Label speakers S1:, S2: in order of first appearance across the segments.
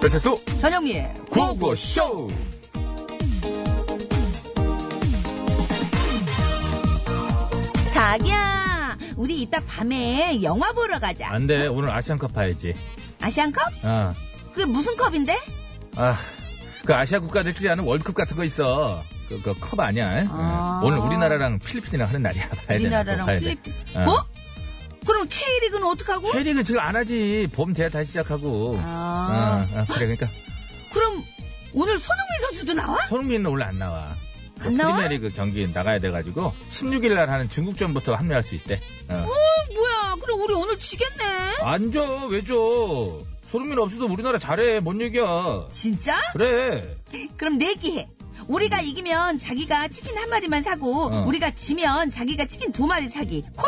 S1: 배철수
S2: 전영미의
S1: 구호구쇼
S2: 자기야 우리 이따 밤에 영화 보러 가자
S1: 안돼 오늘 아시안컵 봐야지
S2: 아시안컵?
S1: 어.
S2: 그게 무슨 컵인데?
S1: 아, 그 아시아 국가들끼리 하는 월드컵 같은 거 있어 그, 그 컵 아니야
S2: 아.
S1: 응. 오늘 우리나라랑 필리핀이랑 하는 날이야 봐야
S2: 우리나라랑
S1: 돼
S2: 필리핀
S1: 어.
S2: 뭐? 그럼 K리그는 어떡하고?
S1: K리그 지금 안 하지 봄 대회 다시 시작하고
S2: 아.
S1: 어, 어, 그래 그러니까
S2: 그럼 오늘 손흥민 선수도 나와?
S1: 손흥민은 원래 안 나와 그
S2: 안 나와?
S1: 프리미어리그 경기 나가야 돼가지고 16일 날 하는 중국전부터 합류할 수 있대 어.
S2: 어, 뭐야 그럼 우리 오늘 지겠네
S1: 안 줘, 왜 줘? 손흥민 없어도 우리나라 잘해, 뭔 얘기야.
S2: 진짜?
S1: 그래.
S2: 그럼 내기해 우리가 이기면 자기가 치킨 한 마리만 사고
S1: 어.
S2: 우리가 지면 자기가 치킨 두 마리 사기 콜?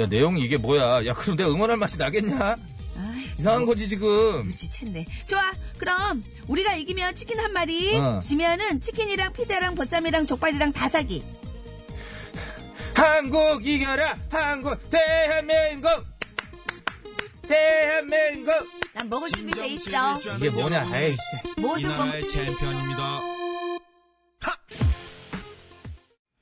S1: 야, 내용이 이게 뭐야. 야, 그럼 내가 응원할 맛이 나겠냐?
S2: 아이,
S1: 이상한 거지, 지금.
S2: 유치챘네 좋아 그럼 우리가 이기면 치킨 한 마리
S1: 어.
S2: 지면은 치킨이랑 피자랑 보쌈이랑 족발이랑 다 사기
S1: 한국 이겨라! 한국! 대한민국! 대한민국!
S2: 난 먹을 준비 돼 있어
S1: 이게 뭐냐, 에이.
S2: 모든 건
S3: 챔피언입니다.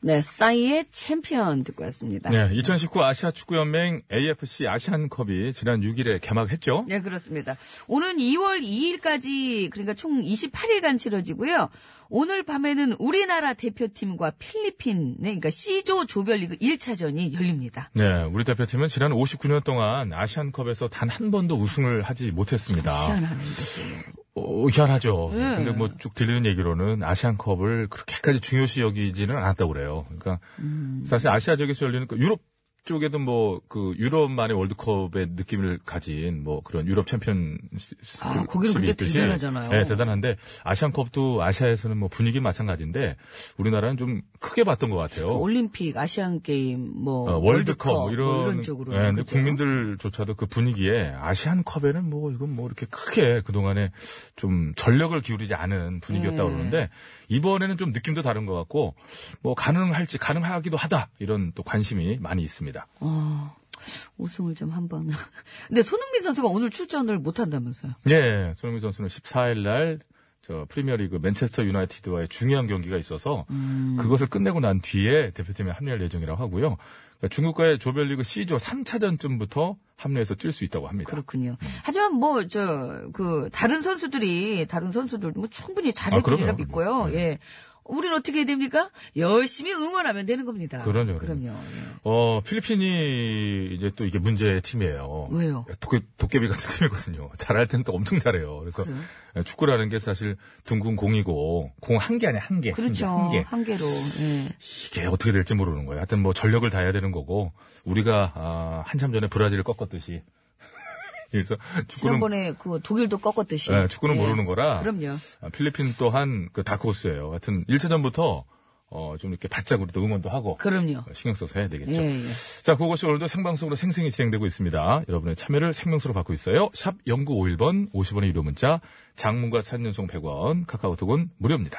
S2: 네, 싸이의 챔피언 듣고 왔습니다.
S4: 네, 2019 아시아 축구연맹 AFC 아시안컵이 지난 6일에 개막했죠.
S2: 네, 그렇습니다. 오는 2월 2일까지, 그러니까 총 28일간 치러지고요. 오늘 밤에는 우리나라 대표팀과 필리핀, 네, 그러니까 C조 조별리그 1차전이 열립니다.
S4: 네, 우리 대표팀은 지난 59년 동안 아시안컵에서 단 한 번도 우승을 하지 못했습니다.
S2: 희한하는데. 그게.
S4: 어, 희한하죠.
S2: 네.
S4: 근데 뭐 쭉 들리는 얘기로는 아시안컵을 그렇게까지 중요시 여기지는 않았다고 그래요. 그러니까
S2: 음.
S4: 사실 아시아 지역에서 열리는 그 유럽 쪽에도 뭐 그 유럽만의 월드컵의 느낌을 가진 뭐 그런 유럽 챔피언
S2: 아, 거기는 그게 대단하잖아요.
S4: 네, 대단한데 아시안컵도 아시아에서는 뭐 분위기 는 마찬가지인데 우리나라는 좀 크게 봤던 것
S2: 어,
S4: 같아요.
S2: 올림픽, 아시안게임, 뭐.
S4: 어, 월드컵,
S2: 뭐
S4: 뭐 이런,
S2: 쪽으로.
S4: 예, 근데 국민들조차도 그 분위기에 아시안컵에는 뭐 이건 뭐 이렇게 크게 그동안에 좀 전력을 기울이지 않은 분위기였다고
S2: 네.
S4: 그러는데 이번에는 좀 느낌도 다른 것 같고 뭐 가능할지 가능하기도 하다 이런 또 관심이 많이 있습니다.
S2: 아, 우승을 좀 한번. 근데 손흥민 선수가 오늘 출전을 못 한다면서요.
S4: 예, 손흥민 선수는 14일 날 저 프리미어리그 맨체스터 유나이티드와의 중요한 경기가 있어서 그것을 끝내고 난 뒤에 대표팀에 합류할 예정이라고 하고요. 그러니까 중국과의 조별리그 C조 3차전쯤부터 합류해서 뛸 수 있다고 합니다.
S2: 그렇군요. 하지만 뭐, 저, 그, 다른 선수들이, 다른 선수들 뭐 충분히
S4: 아,
S2: 잘해주리라
S4: 그럼요.
S2: 믿고요.
S4: 네.
S2: 예. 우린 어떻게 해야 됩니까? 열심히 응원하면 되는 겁니다.
S4: 그럼요,
S2: 그럼요.
S4: 그럼요.
S2: 예.
S4: 어, 필리핀이 이제 또 이게 문제의 팀이에요.
S2: 왜요?
S4: 도깨, 도깨비 같은 팀이거든요. 잘할 때는 또 엄청 잘해요. 그래서 예,
S2: 그래요?
S4: 축구라는 게 사실 둥근 공이고 공 한 개 아니야, 한 개.
S2: 그렇죠.
S4: 한 개.
S2: 한 개로. 예.
S4: 이게 어떻게 될지 모르는 거예요. 하여튼 뭐 전력을 다해야 되는 거고 우리가 아, 한참 전에 브라질을 꺾었듯이 그래서 축구는
S2: 지난번에 그 독일도 꺾었듯이.
S4: 예, 축구는
S2: 예.
S4: 모르는 거라
S2: 그럼요.
S4: 아, 필리핀 또한 그 다크호스예요. 하여튼 1차전부터 어, 좀 이렇게 바짝 우리도 응원도 하고
S2: 그럼요.
S4: 신경 써서 해야 되겠죠.
S2: 예, 예.
S4: 자, 그것이 오늘도 생방송으로 생생히 진행되고 있습니다. 여러분의 참여를 생명수로 받고 있어요. 샵 0951번 50원의 유료 문자, 장문과 산년송 100원, 카카오톡은 무료입니다.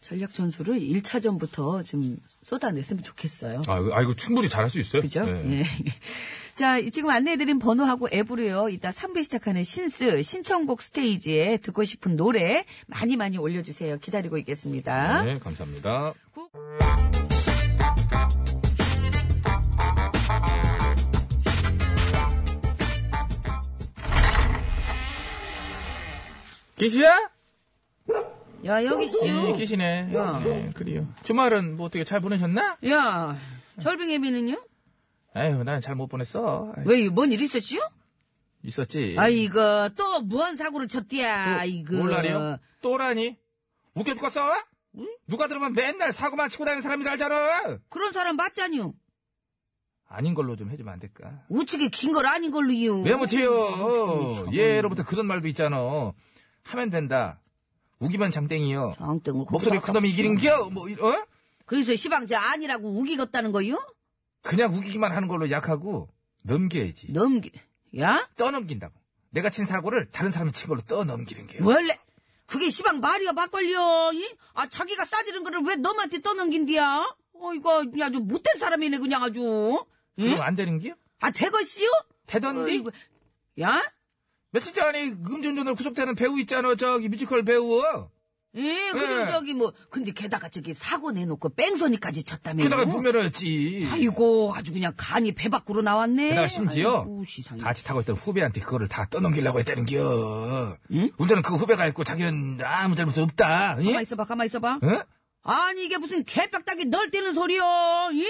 S2: 전략 전술을 1차전부터 좀 쏟아냈으면 좋겠어요.
S4: 아, 이거- 아, 이거 충분히 잘할 수 있어요.
S2: 그죠?
S4: 네.
S2: 예. 자, 지금 안내해드린 번호하고 앱으로요, 이따 3부 시작하는 신스, 신청곡 스테이지에 듣고 싶은 노래 많이 많이 올려주세요. 기다리고 있겠습니다.
S4: 네, 감사합니다. 기시야?
S2: 야, 여기
S4: 예,
S2: 씨요.
S4: 기시네.
S2: 야.
S4: 네, 그래요. 주말은 뭐 어떻게 잘 보내셨나?
S2: 야, 절빙애비는요?
S4: 아유, 난 잘 못 보냈어. 아유,
S2: 왜, 뭔 일 있었지요?
S4: 있었지.
S2: 아이고, 또 무한 사고를 쳤디야, 아이고. 그.
S4: 몰라요? 또라니? 웃겨 죽겠어? 누가 들으면 맨날 사고만 치고 다니는 사람이 알잖아.
S2: 그런 사람 맞잖요.
S4: 아닌 걸로 좀 해주면 안 될까?
S2: 우측에 긴 걸 아닌 걸로요.
S4: 왜
S2: 음,
S4: 못해요? 예로부터 그런 말도 있잖아. 하면 된다. 우기면 장땡이요.
S2: 장땡을
S4: 목소리
S2: 거기다 음.
S4: 큰 놈이 이기는겨? 뭐, 이- 어?
S2: 그래서 시방자 아니라고 우기겠다는 거요?
S4: 그냥 우기기만 하는 걸로 약하고 넘겨야지.
S2: 넘기, 야?
S4: 떠넘긴다고. 내가 친 사고를 다른 사람이 친 걸로 떠넘기는 게요.
S2: 원래 그게 시방 말이야 막걸리야 이? 아 자기가 싸지른 거를 왜 너한테 떠넘긴디야 어이거 아주 못된 사람이네 그냥 아주 응?
S4: 그럼 안 되는 게요?
S2: 아 대것이요?
S4: 되던디?
S2: 어이구. 야?
S1: 며칠 전에 음주운전으로 구속되는 배우 있잖아, 저기 뮤지컬 배우.
S2: 예, 그럼
S1: 예.
S2: 저기 뭐, 근데 게다가 저기 사고 내놓고 뺑소니까지 쳤다며.
S1: 게다가 무면허였지.
S2: 네? 아이고, 아주 그냥 간이 배 밖으로 나왔네.
S1: 게다가 심지어
S2: 아이고, 시상에.
S1: 같이 타고 있던 후배한테 그거를 다 떠넘기려고 했다는겨.
S2: 응?
S1: 운전은 그 후배가 했고 자기는 아무 잘못 없다. 예?
S2: 가만 있어봐, 가만 있어봐.
S1: 어?
S2: 아니 이게 무슨 개뼈딱이 널뛰는 소리여 이?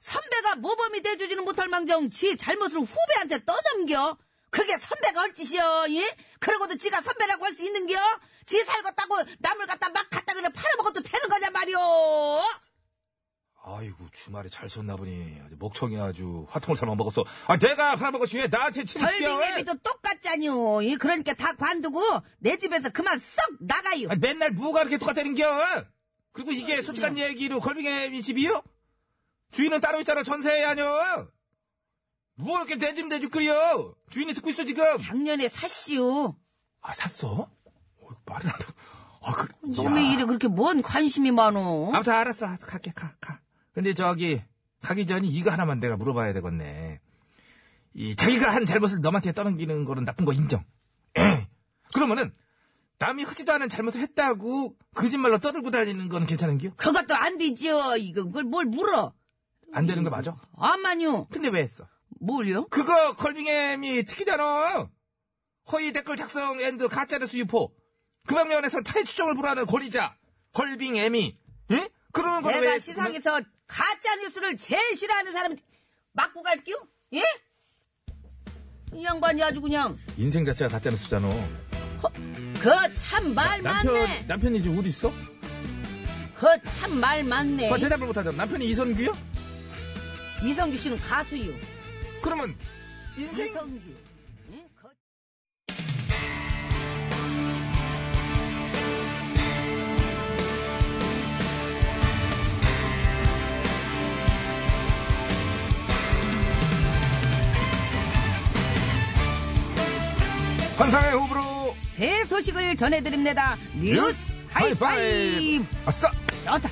S2: 선배가 모범이 돼주지는 못할 망정 지 잘못을 후배한테 떠넘겨 그게 선배가 할 짓이여 이? 그러고도 지가 선배라고 할 수 있는겨 지 살겄다고 남을 갖다 막 갖다 그냥 팔아먹어도 되는 거냐 말이오
S1: 아이고 주말에 잘 썼나 보니 아주 목청이 아주 화통을 잘못 먹었어. 아 내가 팔아먹었지 왜 나한테 침시켜?
S2: 절빙애비도 똑같잖요 이? 그러니까 다 관두고 내 집에서 그만 썩 나가요
S1: 아, 맨날 뭐가 그렇게 똑같다는겨? 그리고
S2: 음.
S1: 이게 솔직한 얘기로 걸빙애비 집이요? 주인은 따로 있잖아 전세에 아녀. 뭐 이렇게 대집 대죽거려? 주인이 듣고 있어 지금.
S2: 작년에 샀시오
S1: 아 샀어? 어, 말이 안 돼. 아 그래.
S2: 놈의 일에 그렇게 뭔 관심이 많어
S1: 아무튼 알았어. 알았어. 갈게, 가, 가. 근데 저기, 가기 전에 이거 하나만 내가 물어봐야 되겠네. 이, 자기가 한 잘못을 넘한테 떠넘기는 거는 나쁜 거 인정. 에이. 그러면은, 남이 하지도 않은 잘못을 했다고 거짓말로 떠들고 다니는 건 괜찮은겨?
S2: 그것도 안 되지요 이거 그걸 뭘 물어
S1: 안 되는 거 맞아?
S2: 아만요.
S1: 근데 왜 했어?
S2: 뭘요?
S1: 그거 컬빙햄이 특이잖아. 허위 댓글 작성 앤드 가짜뉴스 유포. 그 방면에서 타의 추정을 불하는 권위자. 컬빙햄이. 응? 그러는 거는
S2: 내가
S1: 왜?
S2: 시상에서 가짜 뉴스를 제일 싫어하는 사람한테 맞고 갈게요? 예? 이 양반이 아주 그냥
S4: 인생 자체가 가짜는 수잖아.
S2: 그 참 말 많네.
S4: 남편이 지금 어디 있어?
S2: 그 참 말 많네.
S4: 아, 대답을 못하잖아. 남편이 이선규요?
S2: 이성규 씨는 가수요.
S1: 그러면, 인생
S2: 이성규. 예? 그-
S1: 환상의 호불호
S2: 새 소식을 전해드립니다. 뉴스 하이파이브.
S1: 아싸
S2: 좋다.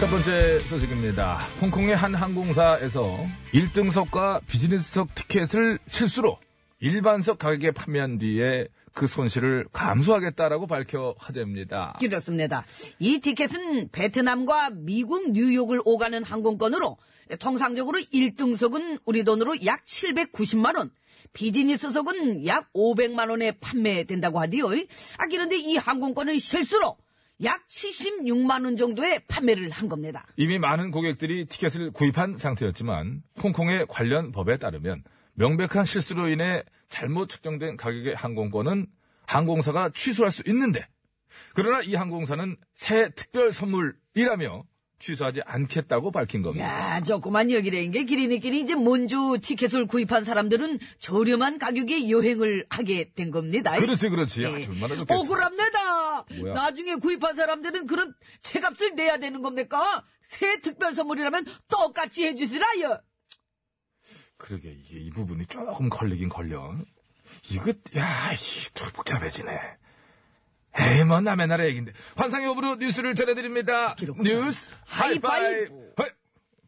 S4: 첫 번째 소식입니다. 홍콩의 한 항공사에서 1등석과 비즈니스석 티켓을 실수로 일반석 가격에 판매한 뒤에 그 손실을 감수하겠다라고 밝혀 화제입니다.
S2: 그렇습니다. 이 티켓은 베트남과 미국 뉴욕을 오가는 항공권으로 통상적으로 1등석은 우리 돈으로 약 790만원, 비즈니스석은 약 500만원에 판매된다고 하디요. 아, 그런데 이 항공권은 실수로 약 76만원 정도에 판매를 한 겁니다.
S4: 이미 많은 고객들이 티켓을 구입한 상태였지만 홍콩의 관련 법에 따르면 명백한 실수로 인해 잘못 책정된 가격의 항공권은 항공사가 취소할 수 있는데 그러나 이 항공사는 새 특별 선물이라며 취소하지 않겠다고 밝힌 겁니다.
S2: 야, 조그만 여기래인 게 기리니끼리 이제 먼저 티켓을 구입한 사람들은 저렴한 가격에 여행을 하게 된 겁니다.
S4: 그렇지 그렇지.
S2: 네.
S4: 아주 얼마나 좋겠어.
S2: 억울합니다.
S4: 뭐야?
S2: 나중에 구입한 사람들은 그럼 제값을 내야 되는 겁니까? 새 특별 선물이라면 똑같이 해주시라요.
S4: 그러게 이게 이 부분이 조금 걸리긴 걸려. 이거 야이또 복잡해지네. 에이 뭐 남의 나라 얘긴데 환상의 오브로 뉴스를 전해드립니다. 뉴스 하이파이브.
S2: 하이파이브.
S4: 헐,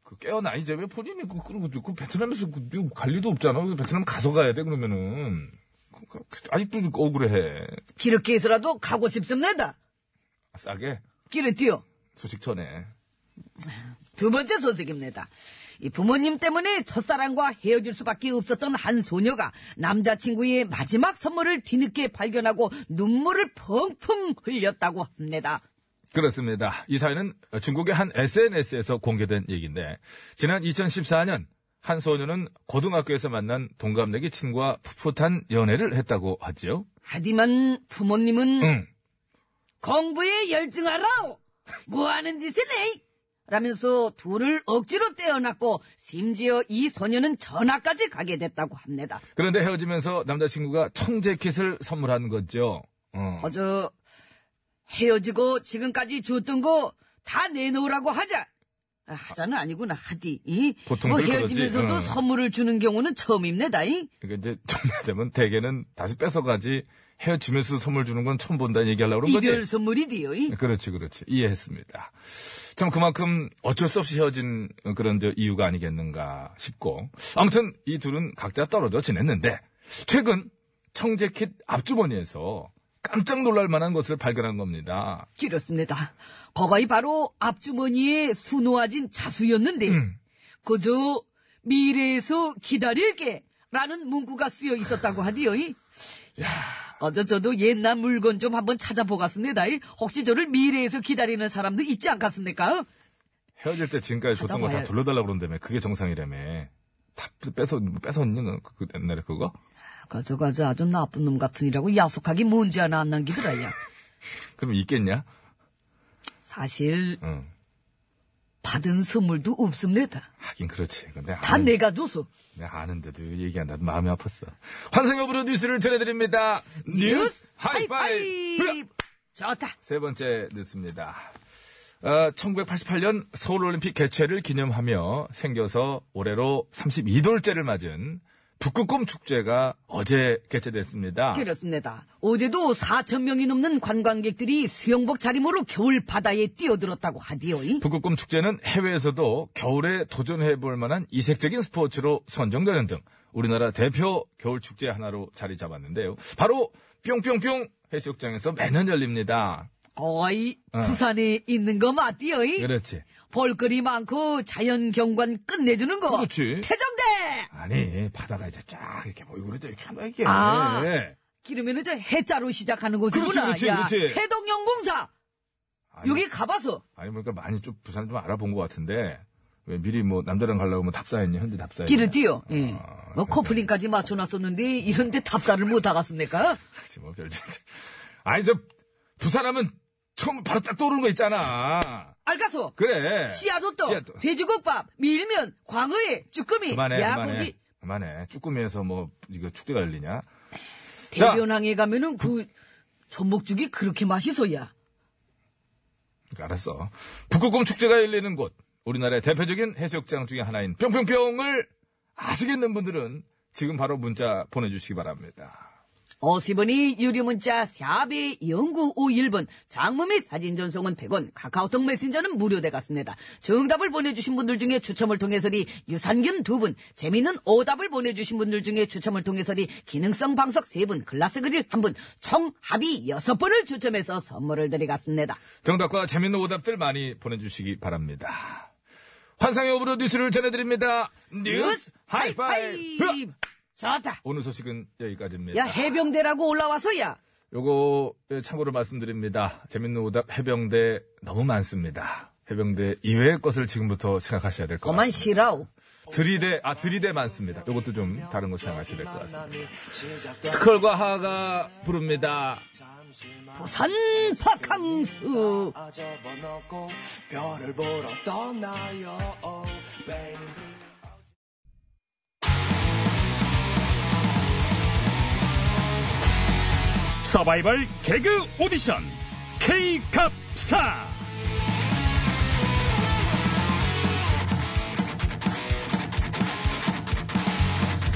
S4: 그 깨어나 이제 왜 본인이 그 그런 것도 그 베트남에서 그, 이거 갈 리도 없잖아. 그래서 베트남 가서 가야 돼 그러면은 그, 그, 그, 아직도 좀 억울해.
S2: 그렇게 해서라도 가고 싶습니다.
S4: 싸게
S2: 그렇지요.
S4: 소식 전에
S2: 두 번째 소식입니다. 이 부모님 때문에 첫사랑과 헤어질 수밖에 없었던 한 소녀가 남자친구의 마지막 선물을 뒤늦게 발견하고 눈물을 펑펑 흘렸다고 합니다.
S4: 그렇습니다. 이 사연은 중국의 한 SNS에서 공개된 얘기인데 지난 2014년 한 소녀는 고등학교에서 만난 동갑내기 친구와 풋풋한 연애를 했다고 음. 하죠.
S2: 하지만 부모님은
S4: 응.
S2: 공부에 열중하라오! 뭐 하는 짓이네? 라면서 둘을 억지로 떼어놨고, 심지어 이 소녀는 전학까지 가게 됐다고 합니다.
S4: 그런데 헤어지면서 남자친구가 청재킷을 선물한 거죠. 어.
S2: 어저, 헤어지고 지금까지 줬던 거 다 내놓으라고 하자! 아, 하자는 아니구나, 하디. 이?
S4: 보통들
S2: 뭐
S4: 그러지.
S2: 헤어지면서도
S4: 응.
S2: 선물을 주는 경우는 처음입니다. 이?
S4: 그러니까 이제 정리하자면 대개는 다시 뺏어가지 헤어지면서 선물 주는 건 처음 본다는 얘기하려고 그런 거지.
S2: 이별 선물이디요. 이.
S4: 그렇지, 그렇지. 이해했습니다. 참 그만큼 어쩔 수 없이 헤어진 그런 저 이유가 아니겠는가 싶고. 아무튼 이 둘은 각자 떨어져 지냈는데, 최근 청재킷 앞주머니에서 깜짝 놀랄 만한 것을 발견한 겁니다.
S2: 길었습니다. 거거이 바로 앞주머니에 수놓아진 자수였는데,
S4: 음.
S2: 그저 미래에서 기다릴게! 라는 문구가 쓰여 있었다고 하디요. 이. 야, 어제 저도 옛날 물건 좀 한번 찾아보겠습니다. 이. 혹시 저를 미래에서 기다리는 사람도 있지 않겠습니까?
S4: 헤어질 때 지금까지 줬던 거 다
S2: 찾아봐야-
S4: 돌려달라고 그런다며. 그게 정상이라며. 다 뺏어, 뺏었니? 너 그- 그 옛날에 그거?
S2: 거저 거저 아주 나쁜 놈 같으니라고 야속하게 뭔지 하나 안 남기더라. 야.
S4: 그럼 있겠냐?
S2: 사실
S4: 응.
S2: 받은 선물도 없습니다.
S4: 하긴 그렇지. 근데
S2: 다
S4: 아는-
S2: 내가 줘서.
S4: 내가 네, 아는데도 얘기한다. 마음이 아팠어. 환승여 브로 뉴스를 전해드립니다. 뉴스 하이파이브!
S2: 좋다.
S4: 세 번째 뉴스입니다. 어, 1988년 서울올림픽 개최를 기념하며 생겨서 올해로 32돌째를 맞은 북극곰 축제가 어제 개최됐습니다.
S2: 그렇습니다. 어제도 4천 명이 넘는 관광객들이 수영복 차림으로 겨울 바다에 뛰어들었다고 하디요.
S4: 북극곰 축제는 해외에서도 겨울에 도전해볼 만한 이색적인 스포츠로 선정되는 등 우리나라 대표 겨울 축제 하나로 자리 잡았는데요. 바로 뿅뿅뿅 해수욕장에서 매년 열립니다.
S2: 어이
S4: 어.
S2: 부산에 있는 거 맞디요.
S4: 그렇지.
S2: 볼거리 많고 자연 경관 끝내주는 거.
S4: 그렇지.
S2: 어, 태정대.
S4: 아니 바다가 이제 쫙 이렇게 보이고 그래도 이렇게 하나 이게.
S2: 아. 그러면은 저 해자로 시작하는 곳이구나.
S4: 그렇지, 그렇지,
S2: 야,
S4: 그렇지.
S2: 해동연공사.
S4: 아니,
S2: 여기 가봐서.
S4: 아니 보니까 많이 좀 부산 좀 알아본 것 같은데 왜 미리 뭐 남자랑 가려고 하면 답사했니 현지 답사했니?
S2: 기르디요. 예.
S4: 네. 아, 그래.
S2: 뭐 커플링까지 맞춰놨었는데 이런데 답사를 못 하겠습니까?
S4: 그치, 뭐 별짓. 아니 저 부산하면 처음 바로 딱 떠오르는 거 있잖아.
S2: 알가서.
S4: 그래.
S2: 씨앗호떡,
S4: 예. 씨앗도.
S2: 돼지국밥, 밀면, 광어회, 쭈꾸미,
S4: 그만해,
S2: 야구기.
S4: 그만해. 그만해. 쭈꾸미에서 뭐 이거 축제가 열리냐? 자.
S2: 대변항에 가면은 그 전복죽이 그렇게 맛있어야.
S4: 그러니까 알았어. 북극곰 축제가 열리는 곳, 우리나라의 대표적인 해수욕장 중에 하나인 뿅뿅뿅을 아시겠는 분들은 지금 바로 문자 보내주시기 바랍니다.
S2: 50원이 유료문자 샵이 0951번 장무 및 사진 전송은 100원 카카오톡 메신저는 무료되갔습니다. 정답을 보내주신 분들 중에 추첨을 통해서리 유산균 2분 재미있는 오답을 보내주신 분들 중에 추첨을 통해서리 기능성 방석 3분 글라스 그릴 1분 총 합이 6분을 추첨해서 선물을 드리겠습니다.
S4: 정답과 재밌는 오답들 많이 보내주시기 바랍니다. 환상의 오브로 뉴스를 전해드립니다. 뉴스 하이파이브!
S2: 하이파이브. 좋다.
S4: 오늘 소식은 여기까지입니다.
S2: 야 해병대라고 올라와서 야
S4: 요거 예, 참고로 말씀드립니다. 재밌는 오답 해병대 너무 많습니다. 해병대 이외의 것을 지금부터 생각하셔야 될 것
S2: 그만
S4: 같습니다.
S2: 쉬라오.
S4: 들이대 아 들이대 많습니다. 요것도 좀 다른 거 생각하셔야 될 것 같습니다. 스컬과 하가 부릅니다.
S2: 부산 바캉스.
S3: 접어넣고 별을 보러 떠나요 oh, baby.
S5: 서바이벌 개그 오디션 K캅스타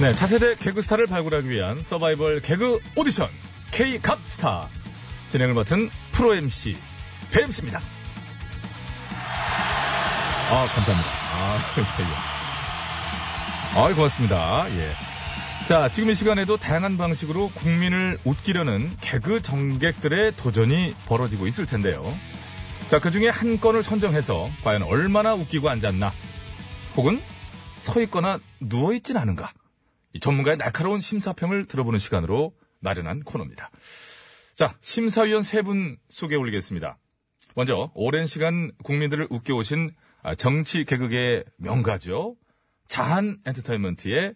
S4: 네, 차세대 개그스타를 발굴하기 위한 서바이벌 개그 오디션 K 갑스타 진행을 맡은 프로 MC 배MC입니다. 아, 감사합니다. 아, 예. 아, 고맙습니다. 예. 자, 지금 이 시간에도 다양한 방식으로 국민을 웃기려는 개그 정객들의 도전이 벌어지고 있을 텐데요. 자, 그 중에 한 건을 선정해서 과연 얼마나 웃기고 앉았나, 혹은 서 있거나 누워 있진 않은가, 이 전문가의 날카로운 심사평을 들어보는 시간으로 마련한 코너입니다. 자, 심사위원 세 분 소개 올리겠습니다. 먼저 오랜 시간 국민들을 웃겨오신 아, 정치 개그계의 명가죠. 자한 엔터테인먼트의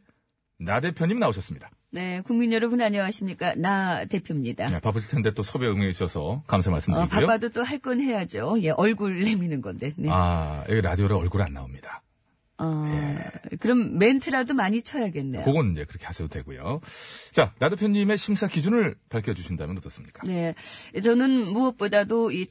S4: 나 대표님 나오셨습니다.
S2: 네, 국민 여러분 안녕하십니까. 나 대표입니다.
S4: 네, 바쁘실 텐데 또 섭외 응해 주셔서 감사
S2: 어,
S4: 말씀드리고요.
S2: 바빠도 또 할 건 해야죠. 예, 얼굴 내미는 건데. 네.
S4: 아, 여기 라디오로 얼굴 안 나옵니다.
S2: 어, 그럼 멘트라도 많이 쳐야겠네요.
S4: 그건 이제 그렇게 하셔도 되고요. 자, 나도편님의 심사 기준을 밝혀주신다면 어떻습니까?
S2: 네. 저는 무엇보다도 이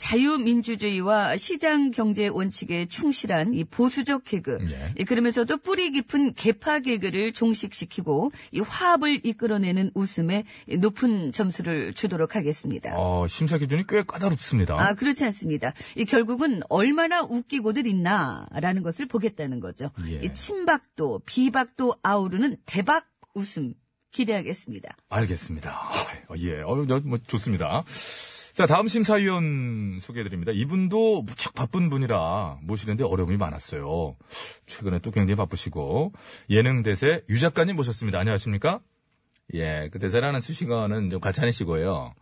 S2: 자유민주주의와 시장 경제 원칙에 충실한 이 보수적 개그.
S4: 네.
S2: 이 그러면서도 뿌리 깊은 개파 개그를 종식시키고 이 화합을 이끌어내는 웃음에 이 높은 점수를 주도록 하겠습니다.
S4: 어, 심사 기준이 꽤 까다롭습니다.
S2: 네. 아, 그렇지 않습니다. 이 결국은 얼마나 웃기고들 있나라는 것을 보겠다는 거죠.
S4: 예.
S2: 이 친박도 비박도 아우르는 대박 웃음 기대하겠습니다.
S4: 알겠습니다. 어, 예, 어, 저, 뭐, 좋습니다. 자, 다음 심사위원 소개해드립니다. 이분도 무척 바쁜 분이라 모시는데 어려움이 많았어요. 최근에 또 굉장히 바쁘시고, 예능 대세 유 작가님 모셨습니다. 안녕하십니까? 예, 그 대세라는 수식어는 좀 가차내시고요.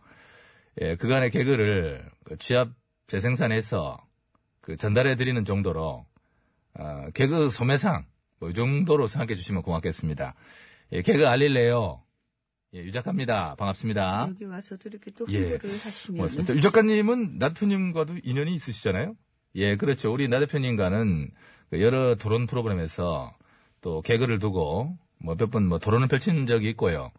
S4: 예, 그간의 개그를 그 취합 재생산해서 그 전달해드리는 정도로, 어, 개그 소매상, 뭐, 이 정도로 생각해 주시면 고맙겠습니다. 예, 개그 알릴래요. 예, 유 작가입니다. 반갑습니다.
S2: 여기 와서도 이렇게 또
S4: 아. 예.
S2: 홍보를 하시면
S4: 고맙습니다. 유 작가님은 나 대표님과도 인연이 있으시잖아요? 예, 그렇죠. 우리 나 대표님과는 그 여러 토론 프로그램에서 또 개그를 두고 뭐 몇 번 뭐 토론을 펼친 적이 있고요.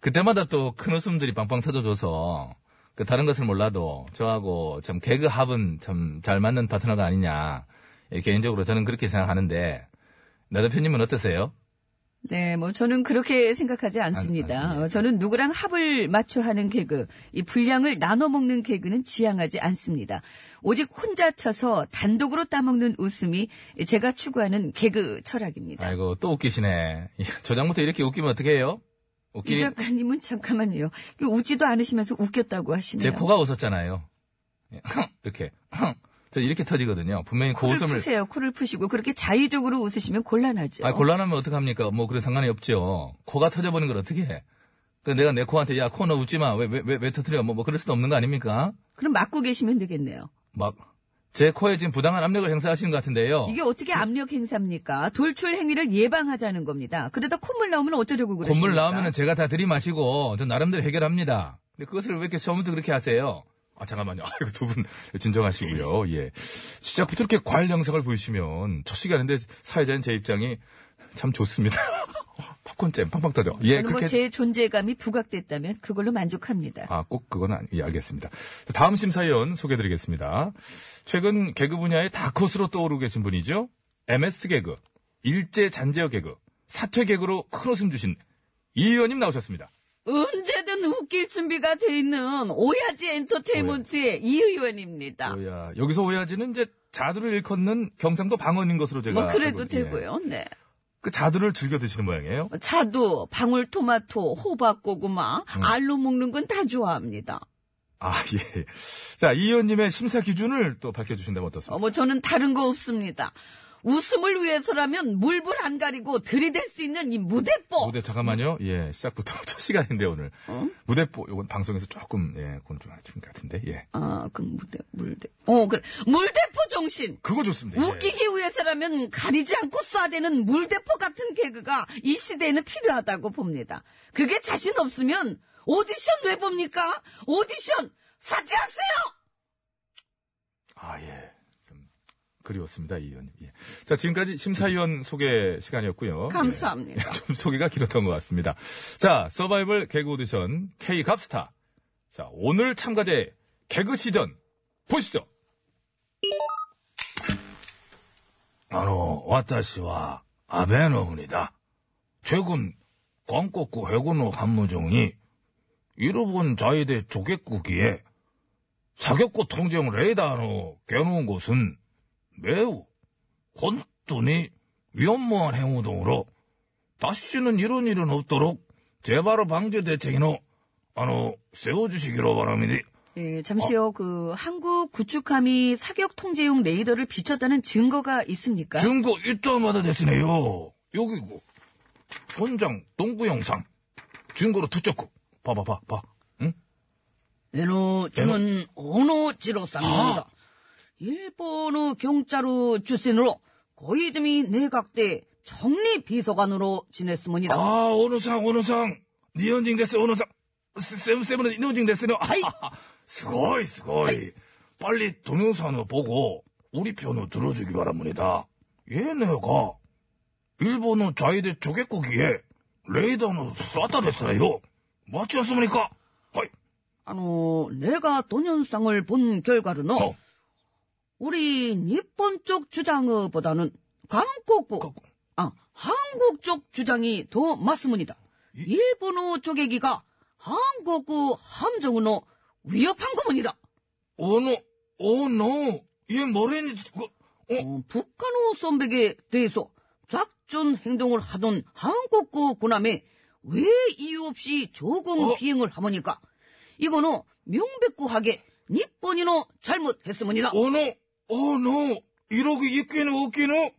S4: 그때마다 또 큰 웃음들이 빵빵 터져줘서 그 다른 것을 몰라도 저하고 참 개그 합은 참 잘 맞는 파트너가 아니냐. 예, 개인적으로 저는 그렇게 생각하는데 나 대표님은 어떠세요?
S2: 네, 뭐 저는 그렇게 생각하지 않습니다.
S4: 아, 아, 예.
S2: 어, 저는 누구랑 합을 맞춰 하는 개그, 이 분량을 나눠 먹는 개그는 지향하지 않습니다. 오직 혼자 쳐서 단독으로 따먹는 웃음이 제가 추구하는 개그 철학입니다.
S4: 아이고 또 웃기시네. 저장부터 이렇게 웃기면 어떻게 해요?
S2: 이
S4: 웃기
S2: 작가님은 잠깐만요. 그 웃지도 않으시면서 웃겼다고 하시네요.
S4: 제 코가 웃었잖아요. 예, 이렇게 저 이렇게 터지거든요. 분명히 그
S2: 코를
S4: 웃음을
S2: 푸세요. 코를 푸시고 그렇게 자의적으로 웃으시면 곤란하죠.
S4: 아 곤란하면 어떡합니까? 뭐 그런 상관이 없죠. 코가 터져버린 걸 어떻게 해? 그 내가 내 코한테 야 코 너 웃지 마. 왜 왜 왜 터트려? 뭐, 뭐 그럴 수도 없는 거 아닙니까?
S2: 그럼 맞고 계시면 되겠네요.
S4: 막 제 코에 지금 부당한 압력을 행사하시는 것 같은데요.
S2: 이게 어떻게 압력 행사입니까? 돌출 행위를 예방하자는 겁니다. 그러다 콧물 나오면 어쩌려고 그러십니까?
S4: 콧물 나오면은 제가 다 들이마시고 전 나름대로 해결합니다. 근데 그것을 왜 이렇게 처음부터 그렇게 하세요? 아 잠깐만요. 아이고 두 분 진정하시고요. 예. 시작부터 이렇게 과일 양상을 보이시면 첫 시간인데 사회자인 제 입장이 참 좋습니다. 팝콘잼 팡팡 터져. 예,
S2: 저는
S4: 그렇게
S2: 뭐 제 존재감이 부각됐다면 그걸로 만족합니다.
S4: 아, 꼭 그건 아니, 예, 알겠습니다. 다음 심사위원 소개드리겠습니다. 최근 개그 분야의 다컷으로 떠오르고 계신 분이죠. MS 개그, 일제 잔재어 개그, 사퇴 개그로 큰 웃음 주신 이 의원님 나오셨습니다.
S2: 언제든 웃길 준비가 돼 있는 오야지 엔터테인먼트의 이 의원입니다.
S4: 어, 오야. 여기서 오야지는 이제 자두를 일컫는 경상도 방언인 것으로 제가
S2: 뭐
S4: 알고-
S2: 그래도
S4: 예.
S2: 되고요. 네.
S4: 그 자두를 즐겨 드시는 모양이에요.
S2: 자두, 방울토마토, 호박고구마,
S4: 음.
S2: 알로 먹는 건 다 좋아합니다.
S4: 아, 예. 자, 이 의원님의 심사 기준을 또 밝혀 주신다면 어떻습니까?
S2: 어머, 뭐 저는 다른 거 없습니다. 웃음을 위해서라면 물불 안 가리고 들이댈 수 있는 이 무대법.
S4: 무대 잠깐만요. 예, 시작부터 첫 시간인데 오늘 무대뽀 이건 방송에서 조금 예, 그건 좀 아쉬운 것 같은데 예.
S2: 아, 그럼 물대, 물대. 어, 그래. 물대포 정신!
S4: 그거 좋습니다. 예.
S2: 웃기기 위해서라면 가리지 않고 쏴대는 물대포 같은 개그가 이 시대에는 필요하다고 봅니다. 그게 자신 없으면 오디션 왜 봅니까? 오디션 사퇴하세요!
S4: 아, 예. 좀 그리웠습니다, 이 의원님. 예. 자, 지금까지 심사위원 소개 시간이었고요.
S2: 감사합니다.
S4: 예. 좀 소개가 길었던 것 같습니다. 자, 서바이벌 개그 오디션 K 갑스타. 자, 오늘 참가자의 개그 시전 보시죠. 아노, 와타시와 아베노입니다. 최근 광복구 해군의 한무종이 일본 자위대 조개국기에 사격고 통제용 레이더로 겨누은 것은 매우 혼돈이 위험무한 행위 등으로 다시는 이런 일은 없도록 재발의 방지 대책이노 아노 세워주시기로 바랍니다.
S2: 예, 잠시요. 그, 한국 구축함이 사격 통제용 레이더를 비췄다는 증거가 있습니까?
S4: 증거 이따마다 됐으네요. 여기고 현장 동부 영상 증거로 투척고 봐봐봐 봐. 응?
S2: 에노, 저는 오노지로사입니다. 일본의 경자로 출신으로 고이즈미 내각대 정리 비서관으로 지냈습니다.
S4: 아 오노상 오노상 니언징 됐어 오노상 세븐세븐은 니언징 됐으네.
S2: 하이!
S4: すごいすごい。빨리동영상을보고우리편을들어주기바랍니다。얘네가
S1: 예, 일본은 자이대 조개고기에 레이더는 쌌다 됐어요. 맞지 않습니까? 어이,
S2: 아노, 내가 동영상을 본 결과로는
S1: 어,
S2: 우리 일본 쪽 주장보다는 한국 쪽,
S1: 그,
S2: 아, 한국 쪽 주장이 더 맞습니다.
S1: 예?
S2: 일본의 조개기가 한국의 함정으로 위협한 겁니다.
S1: 어느, 어느, 이 머리니, 그, 어,
S2: 어, 북한의 선백에 대해서 작전 행동을 하던 한국과 군함에 왜 이유 없이 조공
S1: 어?
S2: 비행을 하모니까 이거는 명백하게 일본인의 잘못했습니다.
S1: 어느, 어느, 이러기 있기는 없기는?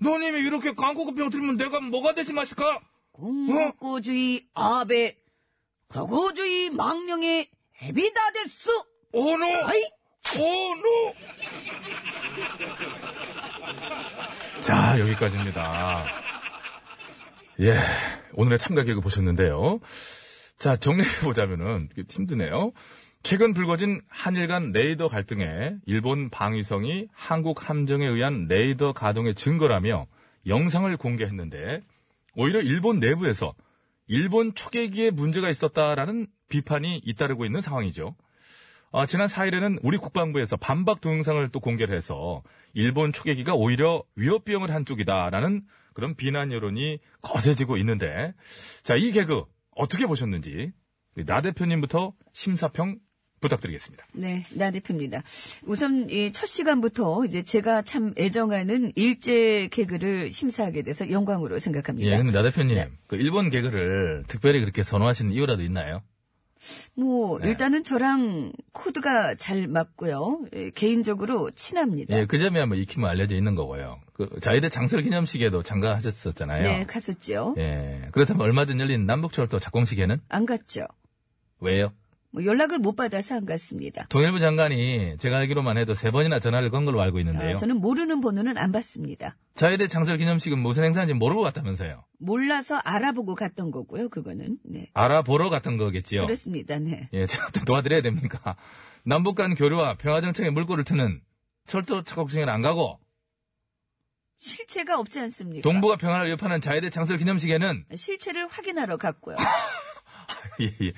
S1: 너님이 이렇게 광고급 병 들면 내가 뭐가 되지 마실까?
S2: 공화국주의 아베, 거고주의 망령의 에비다데스.
S1: 어느,
S2: 아이,
S1: 어느!
S4: 자, 여기까지입니다. 예, 오늘의 참가 개그 보셨는데요. 자, 정리해보자면은, 이게 힘드네요. 최근 불거진 한일 간 레이더 갈등에 일본 방위성이 한국 함정에 의한 레이더 가동의 증거라며 영상을 공개했는데, 오히려 일본 내부에서 일본 초계기에 문제가 있었다라는 비판이 잇따르고 있는 상황이죠. 아, 지난 4일에는 우리 국방부에서 반박 동영상을 또 공개를 해서 일본 초계기가 오히려 위협 비용을 한 쪽이다라는 그런 비난 여론이 거세지고 있는데 자, 이 개그 어떻게 보셨는지 나 대표님부터 심사평 부탁드리겠습니다.
S2: 네, 나 대표입니다. 우선 이 첫 시간부터 이제 제가 참 애정하는 일제 개그를 심사하게 돼서 영광으로 생각합니다.
S4: 예, 나 대표님, 그 일본 개그를 특별히 그렇게 선호하시는 이유라도 있나요?
S2: 뭐
S4: 네.
S2: 일단은 저랑 코드가 잘 맞고요. 예, 개인적으로 친합니다.
S4: 예, 그 점이 아마 익히면 알려져 있는 거고요. 그 자위대 장설 기념식에도 참가하셨었잖아요.
S2: 네, 갔었죠.
S4: 예, 그렇다면 얼마 전 열린 남북철도 작공식에는
S2: 안 갔죠.
S4: 왜요?
S2: 뭐 연락을 못 받아서 안 갔습니다.
S4: 통일부 장관이 제가 알기로만 해도 세 번이나 전화를 건 걸로 알고
S2: 아,
S4: 있는데요.
S2: 저는 모르는 번호는 안 받습니다.
S4: 자유대 창설 기념식은 무슨 행사인지 모르고 갔다면서요.
S2: 몰라서 알아보고 갔던 거고요. 그거는 네.
S4: 알아보러 갔던 거겠지요.
S2: 그렇습니다. 네.
S4: 예, 제가 또 도와드려야 됩니까? 남북 간 교류와 평화정책에 물꼬를 트는 철도 착곡식에는 안 가고
S2: 실체가 없지 않습니까?
S4: 동북아 평화를 위협하는 자유대 창설 기념식에는
S2: 실체를 확인하러 갔고요.
S4: 예, 예.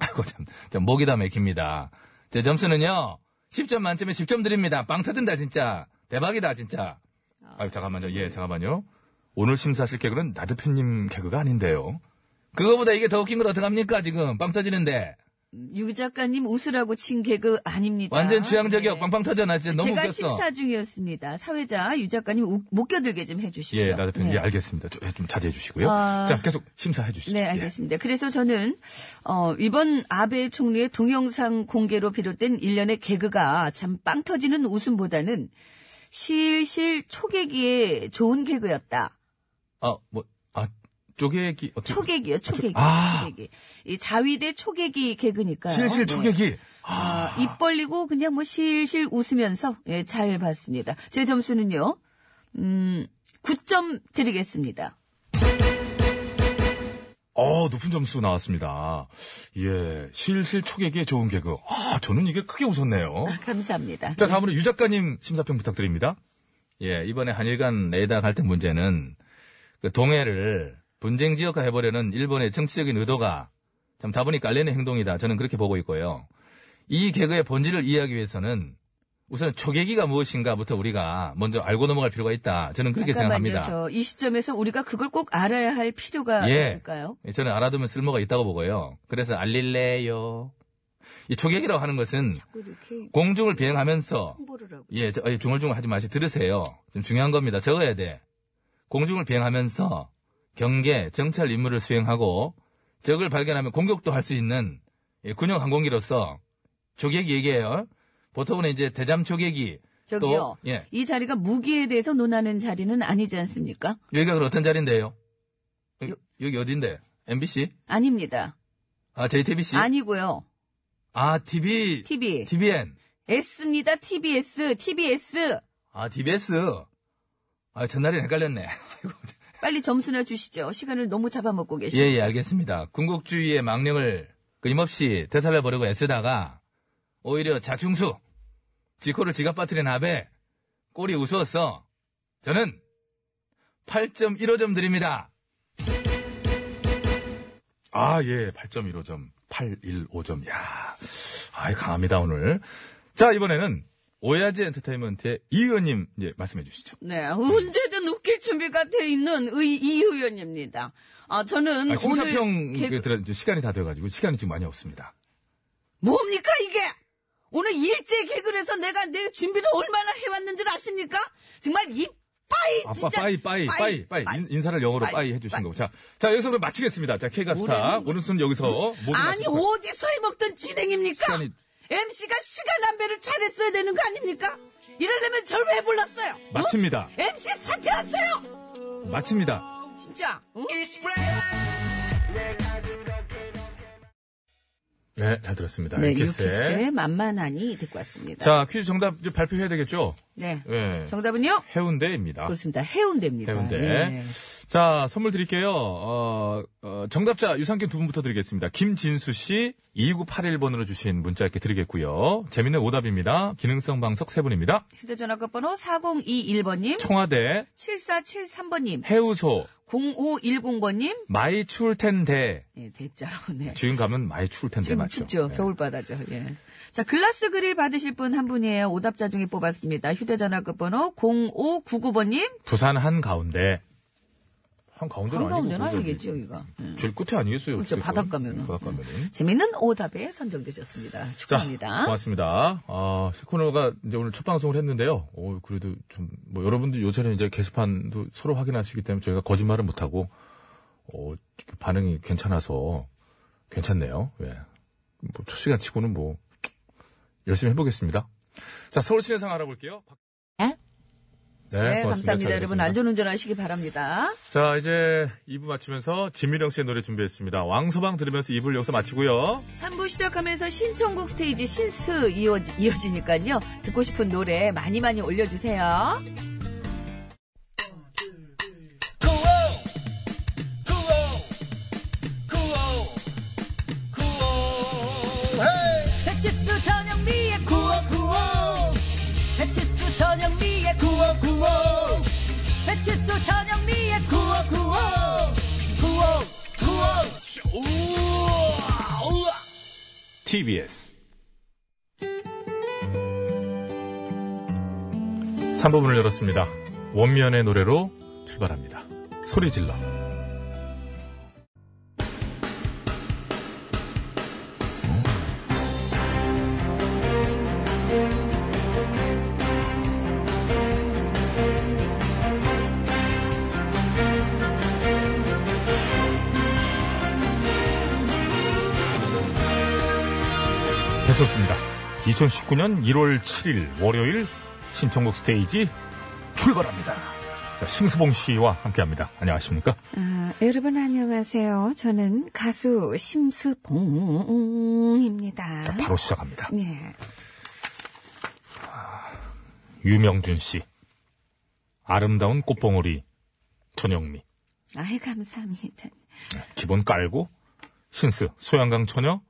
S4: 아이고 참, 참 목이 다 맥힙니다. 제 점수는요. 10점 만점에 10점 드립니다. 빵 터진다 진짜. 대박이다 진짜. 아유 잠깐만요. 예, 잠깐만요. 오늘 심사하실 개그는 나 대표님 개그가 아닌데요. 그거보다 이게 더 웃긴 걸 어떡합니까 지금 빵 터지는데.
S2: 음, 유 작가님 웃으라고 친 개그 아닙니다.
S4: 완전 취향저격
S2: 네.
S4: 빵빵 터져 나 진짜 너무
S2: 제가
S4: 웃겼어.
S2: 심사 중이었습니다. 사회자 유 작가님 우- 못 겨들게 좀 해주십시오.
S4: 예, 나 대표님
S2: 네.
S4: 예, 알겠습니다. 좀, 예, 좀 자제해 주시고요.
S2: 아.
S4: 자, 계속 심사해 주시죠. 예.
S2: 네, 알겠습니다. 그래서 저는 어, 이번 아베 총리의 동영상 공개로 비롯된 일련의 개그가 참 빵 터지는 웃음보다는 실실 초계기에 좋은 개그였다.
S4: 예. 아, 뭐, 아, 쪼개기 어떻게?
S2: 초계기요, 초계기.
S4: 아.
S2: 초계기. 이 자위대 초계기 개그니까요.
S4: 실실
S2: 네.
S4: 쪼개기.
S2: 아, 입 벌리고 그냥 뭐 실실 웃으면서 예, 잘 봤습니다. 제 점수는요. 음, 9점 드리겠습니다.
S4: 어, 높은 점수 나왔습니다. 예, 실실 초계기에 좋은 개그. 아, 저는 이게 크게 웃었네요.
S2: 감사합니다.
S4: 자, 다음으로 유 작가님 심사평 부탁드립니다. 예, 이번에 한일 간 레이더 갈등 문제는 그 동해를 분쟁 지역화 해보려는 일본의 정치적인 의도가 참 다분히 깔리는 행동이다. 저는 그렇게 보고 있고요. 이 개그의 본질을 이해하기 위해서는 우선 초계기가 무엇인가부터 우리가 먼저 알고 넘어갈 필요가 있다. 저는 그렇게
S2: 예. 잠깐만요.
S4: 생각합니다.
S2: 저 이 시점에서 우리가 그걸 꼭 알아야 할 필요가
S4: 예.
S2: 있을까요?
S4: 예, 저는 알아두면 쓸모가 있다고 보고요. 그래서 알릴래요. 이 초계기라고 하는 것은
S2: 자꾸 이렇게
S4: 공중을 비행하면서
S2: 홍보를 하고.
S4: 예, 저, 예, 중얼중얼 하지 마시 들으세요. 좀 중요한 겁니다. 적어야 돼. 공중을 비행하면서 경계, 정찰 임무를 수행하고 적을 발견하면 공격도 할 수 있는 예, 군용 항공기로서 조객이 얘기해요. 보통은 이제 대잠 조객이
S2: 저기요.
S4: 또 예,
S2: 이 자리가 무기에 대해서 논하는 자리는 아니지 않습니까?
S4: 여기가 그럼 어떤 자리인데요? 여기,
S2: 요-
S4: 여기 어딘데? MBC?
S2: 아닙니다.
S4: 아, JTBC?
S2: 아니고요.
S4: 아, TV,
S2: TV.
S4: TVN.
S2: S입니다. TBS. TBS.
S4: 아, TBS. 아, 전날에 헷갈렸네. 아이고,
S2: 빨리 점수나 주시죠. 시간을 너무 잡아먹고 계시죠.
S4: 예, 예, 알겠습니다. 군국주의의 망령을 끊임없이 되살려보려고 애쓰다가 오히려 자충수, 지코를 지갑 빠뜨린 합에 꼴이 우스웠어. 저는
S1: 8.15점 드립니다.
S4: 아, 예. 8.15점. 815점. 야 아이, 강합니다, 오늘. 자, 이번에는 오야지 엔터테인먼트의 이 의원님, 이제 말씀해 주시죠.
S2: 네, 언제든 웃길 준비가 돼 있는 의, 이 의원입니다. 아, 저는
S4: 아,
S2: 오늘.
S4: 심사평
S2: 개그-
S4: 들어 이제 시간이 다 돼가지고 시간이 지금 많이 없습니다.
S2: 뭡니까, 이게? 오늘 일제 개그를 해서 내가 내 준비를 얼마나 해왔는지 아십니까? 정말 이 빠이,
S4: 아빠
S2: 진짜.
S4: 빠이 빠이 빠이 빠이, 인- 인사를 영어로
S2: 빠이,
S4: 빠이, 해주신
S2: 빠이.
S4: 거고 자자 여기서 그럼 마치겠습니다. 자 케이갑스타
S2: 뭐라는 거야?
S4: 오늘 순 여기서 모든
S2: 아니,
S4: 말씀-
S2: 어디서 해먹던 진행입니까?
S4: 시간이-
S2: MC가 시간 안배를 잘했어야 되는 거 아닙니까? 이러려면 저를 왜 불렀어요? 어?
S4: 마칩니다.
S2: MC 사퇴하세요!
S4: 마칩니다.
S2: 진짜. 응?
S4: 네, 잘 들었습니다.
S2: 네,
S4: 이렇게 세.
S2: 유키스의 만만하니 듣고 왔습니다.
S4: 자, 퀴즈 정답 이제 발표해야 되겠죠?
S2: 네.
S4: 예.
S2: 정답은요?
S4: 해운대입니다.
S2: 그렇습니다. 해운대입니다.
S4: 해운대.
S2: 네.
S4: 자, 선물 드릴게요. 어, 어, 정답자 유상균 두 분부터 드리겠습니다. 김진수 씨 2981번으로 주신 문자 이렇게 드리겠고요. 재밌는 오답입니다. 기능성 방석 세 분입니다.
S2: 휴대전화 끝번호 4021번님,
S4: 청와대,
S2: 7473번님,
S4: 해우소,
S2: 0510번님,
S4: 마이 추울 텐데.
S2: 예, 대자로, 네.
S4: 지금 가면 많이 추울 텐데
S2: 지금
S4: 맞죠?
S2: 춥죠.
S4: 예.
S2: 겨울바다죠. 예. 자, 글라스 그릴 받으실 분 한 분이에요. 오답자 중에 뽑았습니다. 휴대전화 끝번호 0599번님.
S4: 네. 부산 한 가운데. 한 가운데는
S2: 한가운데는
S4: 아니고
S2: 아니겠지, 여기가. 예.
S4: 제일 끝에 아니겠어요?
S2: 그렇죠,
S4: 어떻게
S2: 바닷가면은.
S4: 바닷가면은.
S2: 재밌는 오답에 선정되셨습니다.
S4: 자,
S2: 축하합니다.
S4: 고맙습니다. 아, 새 코너가 이제 오늘 첫 방송을 했는데요. 오, 그래도 좀, 뭐, 여러분들 요새는 이제 게시판도 서로 확인하시기 때문에 저희가 거짓말을 못하고, 어, 이렇게 반응이 괜찮아서, 괜찮네요. 예. 뭐, 첫 시간 치고는 뭐, 열심히 해보겠습니다. 자, 서울 시내 상황 알아볼게요. 박-
S2: 네?
S4: 네,
S2: 네,
S4: 고맙습니다.
S2: 감사합니다.
S4: 잘
S2: 여러분,
S4: 들었습니다.
S2: 안전운전 하시기 바랍니다.
S4: 자, 이제 2부 마치면서 진미령 씨의 노래 준비했습니다. 왕서방 들으면서 2부를 여기서 마치고요.
S2: 3부 시작하면서 신청곡 스테이지 신스 이어지, 이어지니까요. 듣고 싶은 노래 많이 많이 올려주세요. 배치수 전영미의 구호
S6: 어,
S2: 배치수 전영미의 구호 배치수 전영미의 구호
S4: TBS 3부분을 열었습니다. 원면의 노래로 출발합니다. 소리 질러. 배쳤습니다. 2019년 1월 7일 월요일 신청곡 스테이지 출발합니다. 심수봉 씨와 함께합니다. 안녕하십니까?
S2: 아, 여러분 안녕하세요. 저는 가수 심수봉입니다.
S4: 자, 바로 시작합니다.
S2: 네.
S4: 유명준 씨. 아름다운 꽃봉오리 전영미.
S2: 아이 감사합니다.
S4: 기본 깔고 신스 소양강 처녀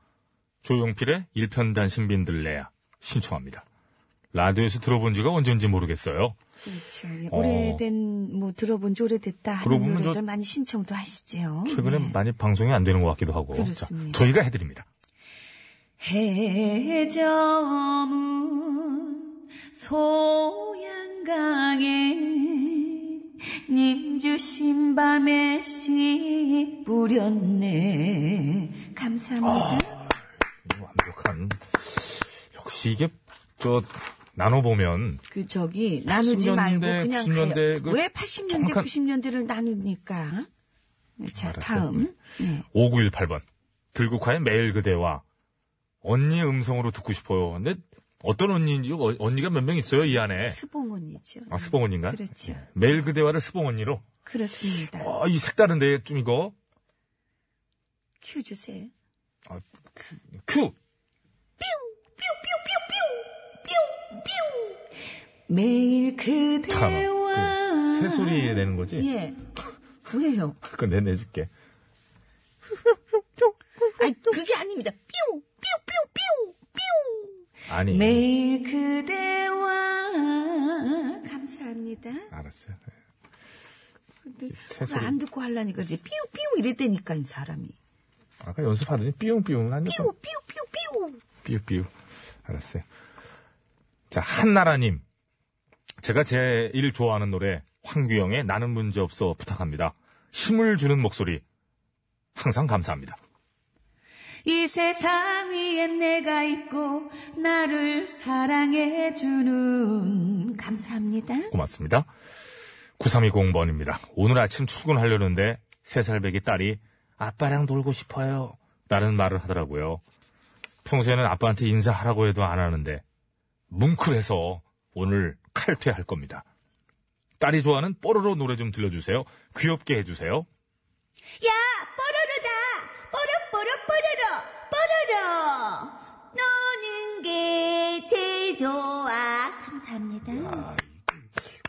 S4: 조용필의 일편단 신빈들레야 신청합니다. 라디오에서 들어본 지가 언제인지 모르겠어요.
S2: 그렇죠.
S4: 어.
S2: 오래된 뭐 들어본 지 오래됐다
S4: 그러고
S2: 하는
S4: 보면 저-
S2: 노래들 많이 신청도 하시지요.
S4: 최근에
S2: 네.
S4: 많이 방송이 안 되는 것 같기도 하고 자,
S2: 그렇습니다.
S4: 저희가 해드립니다.
S2: 해저문 소양강에 님 주신 밤에 씨 뿌렸네
S4: 아,
S2: 감사합니다
S4: 완벽한 역시 이게 저 나눠 보면
S2: 그 저기 나누지
S4: 80년대,
S2: 말고 그냥
S4: 90년대
S2: 가요
S4: 그
S2: 왜 80년대
S4: 정확한-
S2: 90년대를 나눕니까 자
S4: 알았어요.
S2: 다음 네.
S4: 5918번 들국화의 매일 그대와 언니 음성으로 듣고 싶어요. 근데 어떤 언니인지 어- 언니가 몇 명 있어요 이 안에?
S2: 스봉 언니죠
S4: 네. 아 스봉 언니인가?
S2: 그렇죠.
S4: 예. 매일 그대와를 스봉 언니로.
S2: 그렇습니다
S4: 어, 이 색다른데 좀 이거
S2: 큐 주세요
S4: 큐.
S2: 매일
S4: 잠깐만.
S2: 그대와
S4: 그 새 소리 내는 거지?
S2: 예. 왜요?
S4: 그거 내 내줄게.
S2: 아 그게 아닙니다. 뿅! 뿅! 뿅! 뿅!
S4: 아니.
S2: 뿅! 예. 매일 그대와 감사합니다.
S4: 알았어요.
S2: 근데
S4: 네. 새 아, 네,
S2: 그걸
S4: 소리.
S2: 안 듣고 하려니까 이제 삐우삐우 이랬다니까, 이 사람이.
S4: 아까 연습하더니 삐용삐용 한 녀석.
S2: 삐우삐우삐우.
S4: 삐우삐우. 알았어요. 자, 한나라님. 제가 제일 좋아하는 노래, 황규영의 나는 문제 없어 부탁합니다. 힘을 주는 목소리. 항상 감사합니다.
S2: 이 세상 위엔 내가 있고, 나를 사랑해주는, 감사합니다.
S4: 고맙습니다. 9320번입니다. 오늘 아침 출근하려는데, 세살배기 딸이, 아빠랑 놀고 싶어요. 라는 말을 하더라고요. 평소에는 아빠한테 인사하라고 해도 안 하는데, 뭉클해서 오늘 칼퇴할 겁니다. 딸이 좋아하는 뽀로로 노래 좀 들려주세요. 귀엽게 해주세요.
S7: 야, 뽀로로다! 뽀로뽀로 뽀로로! 뽀로로! 노는 게 제일 좋아. 감사합니다.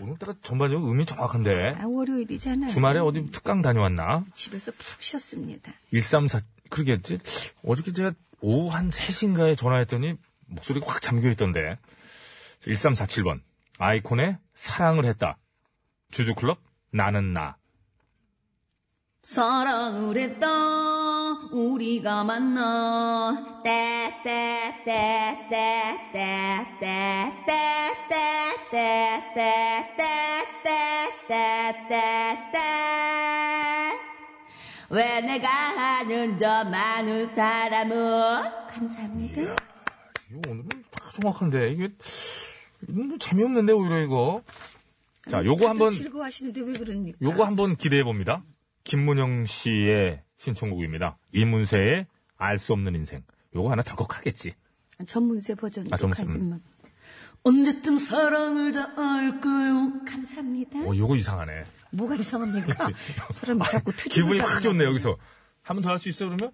S4: 오늘따라 전반적으로 음이 정확한데,
S2: 아, 월요일이잖아요.
S4: 주말에 어디 특강 다녀왔나?
S2: 집에서 푹 쉬었습니다.
S4: 134, 그러겠지? 어저께 제가 오후 한 3시인가에 전화했더니 목소리가 확 잠겨있던데. 1347번. 아이콘의 사랑을 했다. 주주클럽, 나는 나.
S2: 사랑을 했다, 우리가 만나.
S7: 따따따따따따따따따따따따따
S2: 왜 내가 하는 저 많은 사람은? 감사합니다.
S4: 이거 오늘은 딱 정확한데. 이게, 이건 뭐 재미없는데, 오히려 이거. 자, 요거 한번,
S2: 즐거워하시는데 왜 그럽니까?
S4: 요거 한번 기대해봅니다. 김문영 씨의 신청곡입니다. 이문세의 알 수 없는 인생. 요거 하나 덜컥하겠지.
S2: 전문세 버전.
S4: 아,
S2: 아,
S4: 전문세,
S2: 하지만. 언제쯤 사랑을 다 알까요? 감사합니다.
S4: 어, 요거 이상하네.
S2: 뭐가 이상합니까? 사람이 자꾸 투지
S4: 아, 기분이 확 좋네, 여기서. 한 번 더 할 수 있어, 그러면?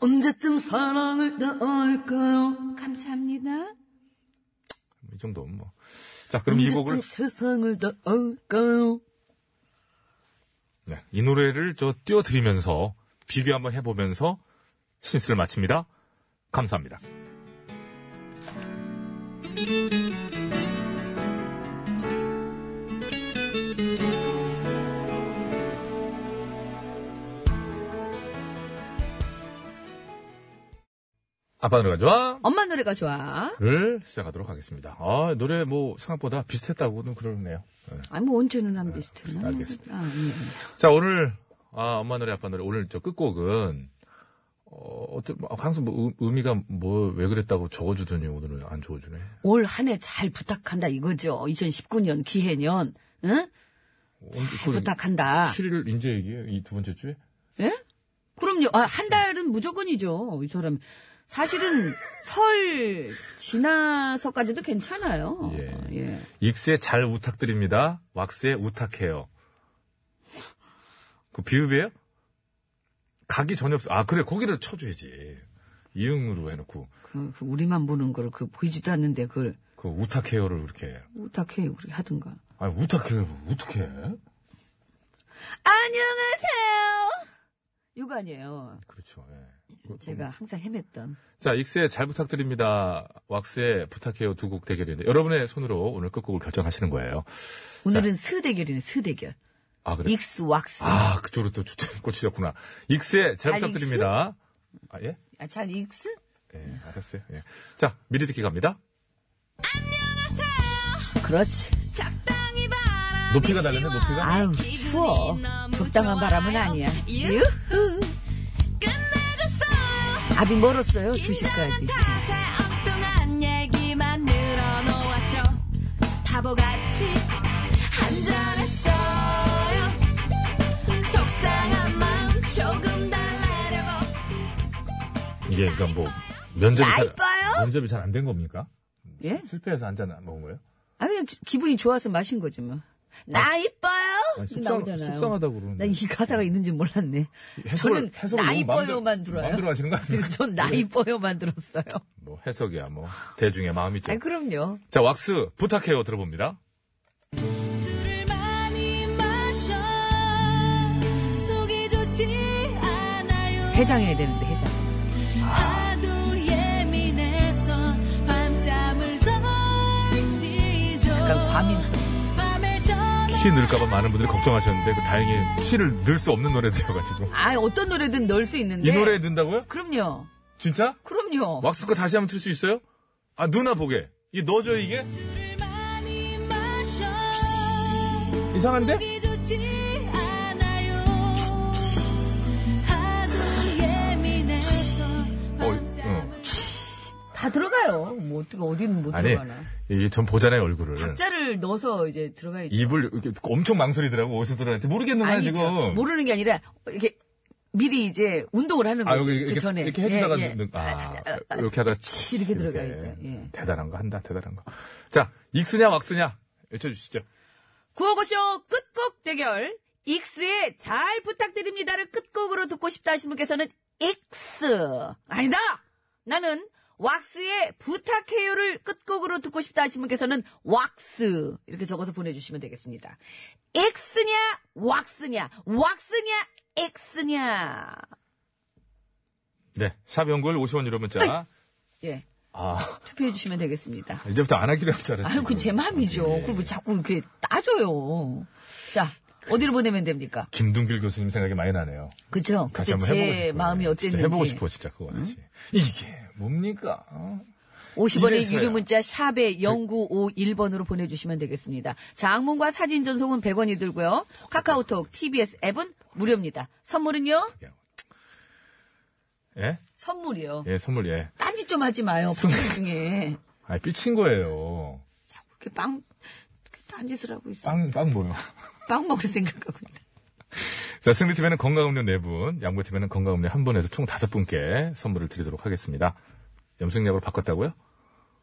S2: 언제쯤 사랑을 다 알까요? 감사합니다.
S4: 이 정도면 뭐. 자, 그럼 이 곡을,
S2: 세상을 다 알까요?
S4: 네, 이 노래를 저 띄워드리면서 비교 한번 해보면서 신스를 마칩니다. 감사합니다. 아빠 노래가 좋아?
S2: 엄마 노래가 좋아.
S4: 를 시작하도록 하겠습니다. 아, 노래 뭐 생각보다 비슷했다고는 그러네요. 네.
S2: 아니, 뭐 언제는 안 비슷해.
S4: 알겠습니다.
S2: 아, 예.
S4: 자, 오늘, 아, 엄마 노래, 아빠 노래, 오늘 저 끝곡은, 어, 어떤, 뭐, 항상 뭐, 음- 의미가 뭐, 왜 그랬다고 적어주더니 오늘은 안 적어주네.
S2: 올 한 해 잘 부탁한다 이거죠. 2019년 기해년. 응? 잘
S4: 그러니까.
S2: 부탁한다.
S4: 7일 인재 얘기예요 이 두 번째 주에?
S2: 예? 그럼요. 아, 한 달은 무조건이죠. 이 사람. 사실은 설 지나서까지도 괜찮아요.
S4: 예.
S2: 예.
S4: 익세 잘 부탁드립니다. 왁스에 우탁해요. 그 비읍이에요? 각이 전혀 없어. 아, 그래, 거기를 쳐줘야지. 이응으로 해놓고,
S2: 그, 그 우리만 보는 걸 그 보이지도 않는데 그걸
S4: 그 우탁해요를 이렇게.
S2: 어떻게 우리 하든가.
S4: 아, 우탁해요. 어떻게 해?
S2: 안녕하세요. 이거 아니에요.
S4: 그렇죠. 예.
S2: 제가 항상 헤맸던.
S4: 자, 익스의 잘 부탁드립니다. 왁스의 부탁해요 두 곡 대결인데 여러분의 손으로 오늘 끝곡을 결정하시는 거예요.
S2: 오늘은 스대결이네, 스대결.
S4: 아, 그래.
S2: 익스, 왁스. 아,
S4: 아, 그쪽으로 또 추- 꽂히셨구나. 익스의 잘
S2: 잘
S4: 부탁드립니다. 아, 예?
S2: 잘 익스?
S4: 예, 알았어요. 예. 자, 미리 듣기 갑니다.
S2: 그렇지.
S4: 높이가 달렸네, 높이가.
S2: 아유, 추워. 적당한 바람은 아니야. 유후. 아직 멀었어요, 2시까지.
S6: 엉뚱한 얘기만 늘어놓았죠 바보같이 한잔했어요 속상한 마음 조금 달래려고
S4: 이게 그러니까 뭐 면접이
S2: 나이빠요?
S4: 잘, 면접이 잘 안 된 겁니까?
S2: 예?
S4: 실패해서 한잔 먹은 거예요?
S2: 아, 그냥 기- 기분이 좋아서 마신 거지, 뭐. 나 이뻐요?
S4: 아. 아니,
S2: 이거 나오잖아요.
S4: 속상하다고 그러는데.
S2: 난 이 가사가 있는지 몰랐네.
S4: 해석을-
S2: 저는
S4: 해석을
S2: 나
S4: 너무 마음대로-
S2: 이뻐요만 들어요.
S4: 마음대로 하시는 거 아닙니까?
S2: 전 나 이뻐요만 들었어요.
S4: 뭐 해석이야, 뭐 대중의 마음이죠.
S2: 아니, 그럼요.
S4: 자, 왁스 부탁해요 들어봅니다.
S6: 술을 많이 마셔 속이 좋지 않아요
S2: 해장해야 되는데, 해장.
S6: 하도 예민해서 밤잠을 설치죠
S2: 약간 과민성.
S6: 밤에 전화
S4: 치 늘까봐 많은 분들이 걱정하셨는데 그 다행히 치를 늘 수 없는 노래들여가지고
S2: 아, 어떤 노래든 넣을 수 있는데.
S4: 이 노래 넣는다고요?
S2: 그럼요.
S4: 진짜?
S2: 그럼요.
S4: 왁스 거 다시 한번 틀 수 있어요? 아 누나 보게 이게 넣어줘 이게?
S6: 술을 많이 마셔
S1: 이상한데?
S6: 속이 좋지 않아요 하도 예민해서
S4: 어,
S6: 밤잠을
S4: 어.
S2: 다 들어가요. 뭐 어떻게 어디는 못
S4: 아니
S2: 들어가나.
S4: 이게 전 보잖아요 얼굴을
S2: 박자를 넣어서 이제 들어가야죠.
S4: 입을 이렇게 엄청 망설이더라고 오시들한테 모르겠는 거야
S2: 아니죠.
S4: 지금
S2: 모르는 게 아니라 이렇게 미리 이제 운동을 하는
S4: 아
S2: 거죠.
S4: 여기
S2: 그
S4: 이렇게,
S2: 전에
S4: 이렇게 해주다가
S2: 예, 예.
S4: 넣는- 아, 이렇게 하다가 치
S2: 이렇게 들어가야죠. 예.
S4: 대단한 거 한다 대단한 거자 익스냐 왁스냐 외쳐주시죠
S2: 구호고쇼 끝곡 대결 익스의 잘 부탁드립니다를 끝곡으로 듣고 싶다 하신 분께서는 익스 아니다 나는 왁스의 부탁해요를 끝곡으로 듣고 싶다 하신 분께서는 왁스 이렇게 적어서 보내주시면 되겠습니다 익스냐 왁스냐 왁스냐 익스냐
S4: 네, 샵 연구일 50원 유료 문자.
S2: 예
S4: 아,
S2: 투표해 주시면 되겠습니다
S4: 이제부터 안 하기로 했잖아요. 예.
S2: 아유 그건 제 마음이죠 그걸 뭐 자꾸 이렇게 따져요 자 어디로 보내면 됩니까
S4: 김둥길 교수님 생각이 많이 나네요.
S2: 그죠
S4: 다시
S2: 그때
S4: 한번 해보고
S2: 제
S4: 싶어요.
S2: 마음이
S4: 진짜
S2: 어땠는지
S4: 해보고 싶어, 진짜 그거 같이. 이게 뭡니까? 어?
S2: 50원의
S4: 이래서야.
S2: 유료 문자 샵에
S4: 그
S2: 0951번으로 보내주시면 되겠습니다. 장문과 사진 전송은 100원이 들고요. 카카오톡, TBS 앱은 무료입니다. 선물은요?
S4: 예?
S2: 선물이요.
S4: 예, 선물, 예.
S2: 딴짓 좀 하지 마요. 방송 중에.
S4: 아, 삐친 거예요.
S2: 자꾸 이렇게 빵, 이렇게 딴짓을 하고 있어. 빵,
S4: 빵, 빵 뭐요?
S2: 먹을 생각하고 있다.
S4: 자, 승리팀에는 건강음료 4분, 양보팀에는 건강음료 1분에서 총 5분께 선물을 드리도록 하겠습니다. 염색약으로 바꿨다고요?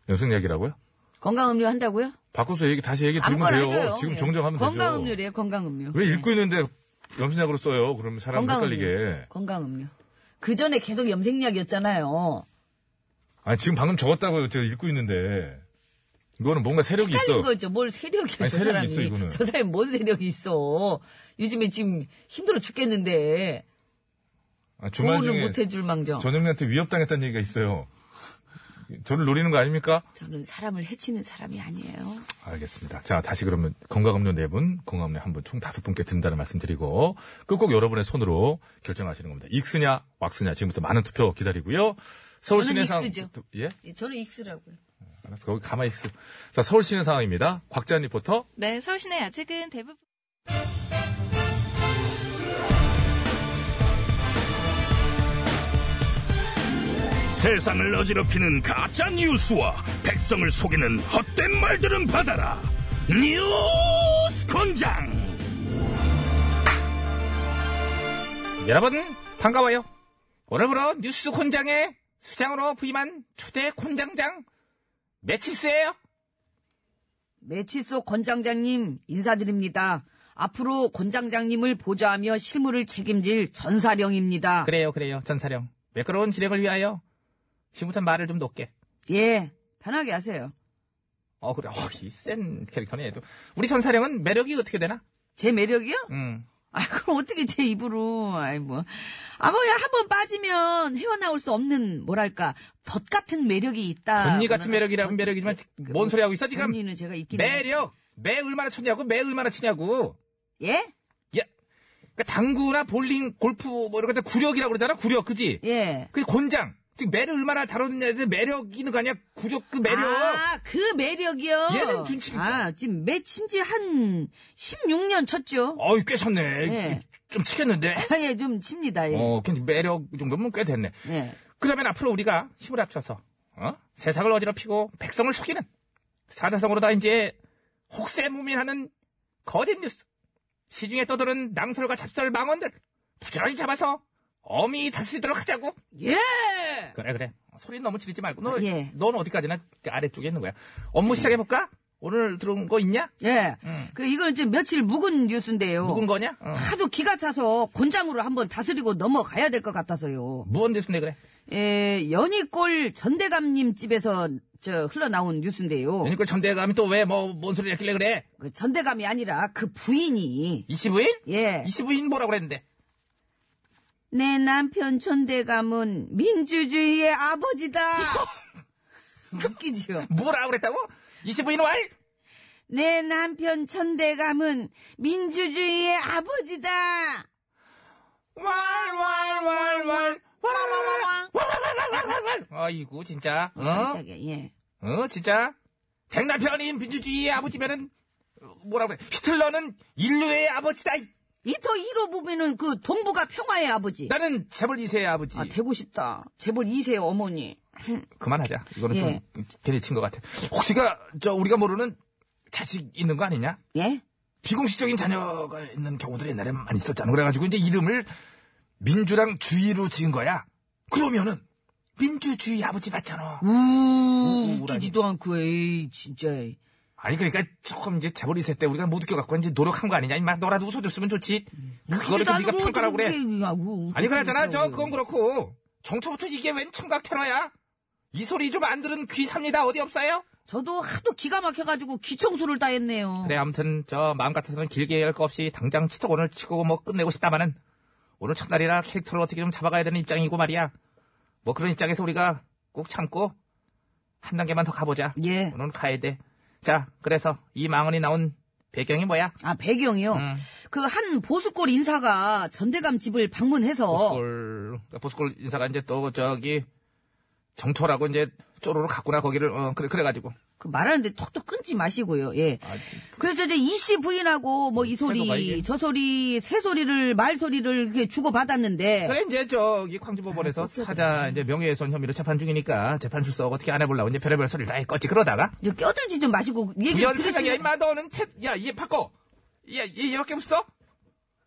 S4: 염색약이라고요?
S2: 건강음료 한다고요?
S4: 바꿔서 얘기, 다시 얘기 들으면
S2: 아무거나
S4: 돼요.
S2: 해줘요.
S4: 예, 지금
S2: 예.
S4: 정정하면 되죠.
S2: 건강음료래요, 건강음료.
S4: 왜
S2: 네.
S4: 읽고 있는데 염색약으로 써요? 그러면 사람 헷갈리게.
S2: 건강음료. 그 전에 계속 염색약이었잖아요.
S4: 아니 지금 방금 적었다고요. 제가 읽고 있는데 이거는 뭔가 세력이
S2: 헷갈린
S4: 있어.
S2: 거죠. 뭘 세력이야,
S4: 아니,
S2: 저
S4: 세력이
S2: 사람이.
S4: 있어, 이거는.
S2: 저 사람이 뭔 세력이 있어. 요즘에 지금 힘들어 죽겠는데.
S4: 아, 주말
S2: 보호는
S4: 중에
S2: 못 해줄 망정.
S4: 전영미한테 위협당했다는 얘기가 있어요. 저를 노리는 거 아닙니까?
S2: 저는 사람을 해치는 사람이 아니에요.
S4: 알겠습니다. 자 다시 그러면 건강음료 4분, 건강음료 1분 총 5분께 든다는 말씀드리고 끝곡 여러분의 손으로 결정하시는 겁니다. 익스냐 왁스냐 지금부터 많은 투표 기다리고요. 서울
S2: 저는
S4: 시내 상황
S2: 익스죠.
S4: 예?
S2: 예, 저는 익스라고요.
S4: 알았어. 거기 가만히 익스. 자 서울 시내 상황입니다. 곽재한 리포터.
S8: 네, 서울 시내 아직은 대부분
S5: 세상을 어지럽히는 가짜 뉴스와 백성을 속이는 헛된 말들은 받아라. 뉴스 권장.
S1: 여러분 반가워요. 오늘부로 뉴스 곤장의 수장으로 부임한 초대 곤장장 매치스예요.
S2: 매치소 권장장님 인사드립니다. 앞으로 권장장님을 보좌하며 실무를 책임질 전사령입니다.
S1: 그래요, 그래요, 전사령. 매끄러운 진행을 위하여 지금부터 말을 좀 높게.
S2: 예, 편하게 하세요.
S1: 어 그래, 어이센 캐릭터네 얘도. 우리 전사령은 매력이 어떻게 되나?
S2: 제 매력이요?
S1: 음.
S2: 아, 그럼 어떻게 제 입으로, 아이, 뭐. 아, 뭐야, 한 번 빠지면 헤어나올 수 없는, 뭐랄까, 덧 같은 매력이 있다.
S1: 언니 같은 매력이라면 매력이지만 뭔 소리 하고 있어 지금?
S2: 언니는 그 제가 있긴
S1: 매력, 매 얼마나 쳤냐고, 매 얼마나 치냐고.
S2: 해. 예?
S1: 야, 그러니까 당구나 볼링, 골프 뭐 이런 것들 구력이라고 그러잖아, 구력, 그지?
S2: 예.
S1: 그 곤장, 즉 매를 얼마나 다루느냐에 대해 매력 있는 거 아니야? 구력 그 매력.
S2: 아, 그 매력이요.
S1: 얘는 준치니까.
S2: 아, 지금 맺힌 지한 16년 쳤죠.
S1: 어이 꽤 쳤네.
S2: 예.
S1: 좀 치겠는데.
S2: 예, 좀 칩니다, 예.
S1: 어, 근데 매력 이 정도면 꽤 됐네.
S2: 예.
S1: 그러면 앞으로 우리가 힘을 합쳐서 어? 세상을 어지럽히고 백성을 속이는 사자성으로 다 이제 혹세무민하는 거짓 뉴스 시중에 떠도는 낭설과 잡설 망언들 부지런히 잡아서 어미 다스리도록 하자고
S2: 예!
S1: 그래 그래 소리 너무 지르지 말고 너,
S2: 아, 예.
S1: 넌 어디까지나 그 아래쪽에 있는 거야 업무 시작해볼까? 오늘 들어온 거 있냐?
S2: 예. 그, 이거는 지금 며칠 묵은 뉴스인데요.
S1: 음. 묵은 거냐? 어.
S2: 하도 기가 차서 곤장으로 한번 다스리고 넘어가야 될 것 같아서요.
S1: 무언 뉴스인데 그래
S2: 예, 연희골 전대감님 집에서 저 흘러나온 뉴스인데요.
S1: 그러니까 전대감이 또 왜 뭐 뭔 소리를 했길래 그래
S2: 그 전대감이 아니라 그 부인이
S1: 이시부인?
S2: 예.
S1: 이시부인 뭐라고 그랬는데
S2: 내 남편 전대감은 민주주의의 아버지다. 웃기지요.
S1: 뭐라고 그랬다고? 이시부인 왈?
S2: 내 남편 천대감은 민주주의의 아버지다.
S4: 왈왈왈왈 왈왈왈왈 왈왈왈왈왈 아이고 진짜 어?
S2: 깜짝이야, 예.
S4: 어 진짜 백남편인 민주주의의 아버지면은 어, 뭐라 그래 히틀러는 인류의 아버지다 이.
S2: 이토 히로 부미는 그 동북아 평화의 아버지.
S4: 나는 재벌 2세의 아버지
S2: 아, 되고 싶다. 재벌 2세 어머니.
S4: 그만하자 이거는
S2: 예.
S4: 좀 괜히 친 것 같아 혹시가 저 우리가 모르는 자식 있는 거 아니냐
S2: 예?
S4: 비공식적인 자녀가 있는 경우들이 옛날에 많이 있었잖아. 그래가지고 이제 이름을 민주랑 주의로 지은 거야. 그러면은 민주주의 아버지 맞잖아.
S2: 음, 우,
S4: 우울하니.
S2: 웃기지도 않고, 에이, 진짜.
S4: 아니 그러니까 조금 이제 재벌이세 때 우리가 못 웃겨갖고 이제 노력한 거 아니냐. 임마 너라도 웃어줬으면 좋지. 그거를 또 네가 평가라고 그래. 아니 그러잖아.
S2: 그러니까.
S4: 저 그건 그렇고 정초부터 이게 웬 청각 테러야. 이 소리 좀 안 들은 귀 삽니다. 어디 없어요?
S2: 저도 하도 기가 막혀가지고 귀청소를 다 했네요.
S4: 그래 아무튼 저 마음 같아서는 길게 할 거 없이 당장 치트곤을 치고 뭐 끝내고 싶다마는 오늘 첫날이라 캐릭터를 어떻게 좀 잡아가야 되는 입장이고 말이야 뭐 그런 입장에서 우리가 꼭 참고 한 단계만 더 가보자
S2: 예.
S4: 오늘 가야 돼자 그래서 이 망언이 나온 배경이 뭐야
S2: 아, 배경이요?
S4: 음.
S2: 그 한 보수골 인사가 전대감 집을 방문해서
S4: 보스골 보스골 인사가 이제 또 저기 정초라고 이제 쪼로로 갔구나 거기를 어 그래 그래가지고
S2: 그 말하는데 톡톡 끊지 마시고요. 예. 그래서 이제 이 씨 부인하고 뭐 이
S4: 아, 새로가 이게.
S2: 소리, 저 소리, 새 소리를 말 소리를 이렇게 주고 받았는데
S4: 그래 이제 저기 광주법원에서 사자 이제 명예훼손 혐의로 재판 중이니까 재판 출석 어떻게 안 해보려고 이제 별의별 소리를 다 했겠지 그러다가
S2: 이제 껴들지 좀 마시고 얘기
S4: 이런
S2: 를
S4: 사장이야
S2: 들으시면
S4: 임마 너는 태... 야얘 바꿔 야얘 얘밖에 없어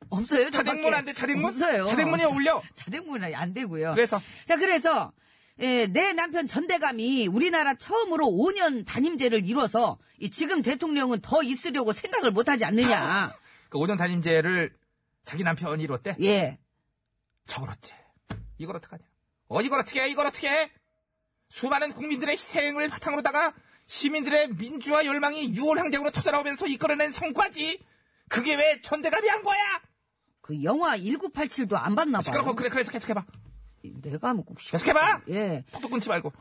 S2: 없어요. 저밖에.
S4: 자댕문 안돼 자댕문
S2: 없어요.
S4: 자댕문이 올려
S2: 자댕문은 안 되고요.
S4: 그래서
S2: 자 그래서 예, 내 남편 전대감이 우리나라 처음으로 5년 단임제를 이뤄서 이 지금 대통령은 더 있으려고 생각을 못하지 않느냐.
S4: 그 5년 단임제를 자기 남편이 이뤘대
S2: 예.
S4: 저걸 어째 이걸 어떡하냐 어 이걸 어떻게 해 이걸 어떻게 해 수많은 국민들의 희생을 바탕으로다가 시민들의 민주화 열망이 6월 항쟁으로 터져나오면서 이끌어낸 성과지 그게 왜 전대감이 한 거야
S2: 그 영화 1987도 안 봤나 봐요.
S4: 시끄럽고 그래 그래서 계속해봐
S2: 내가 하면 꼭 시끄러-
S4: 계속해봐
S2: 예.
S4: 톡톡 끊지 말고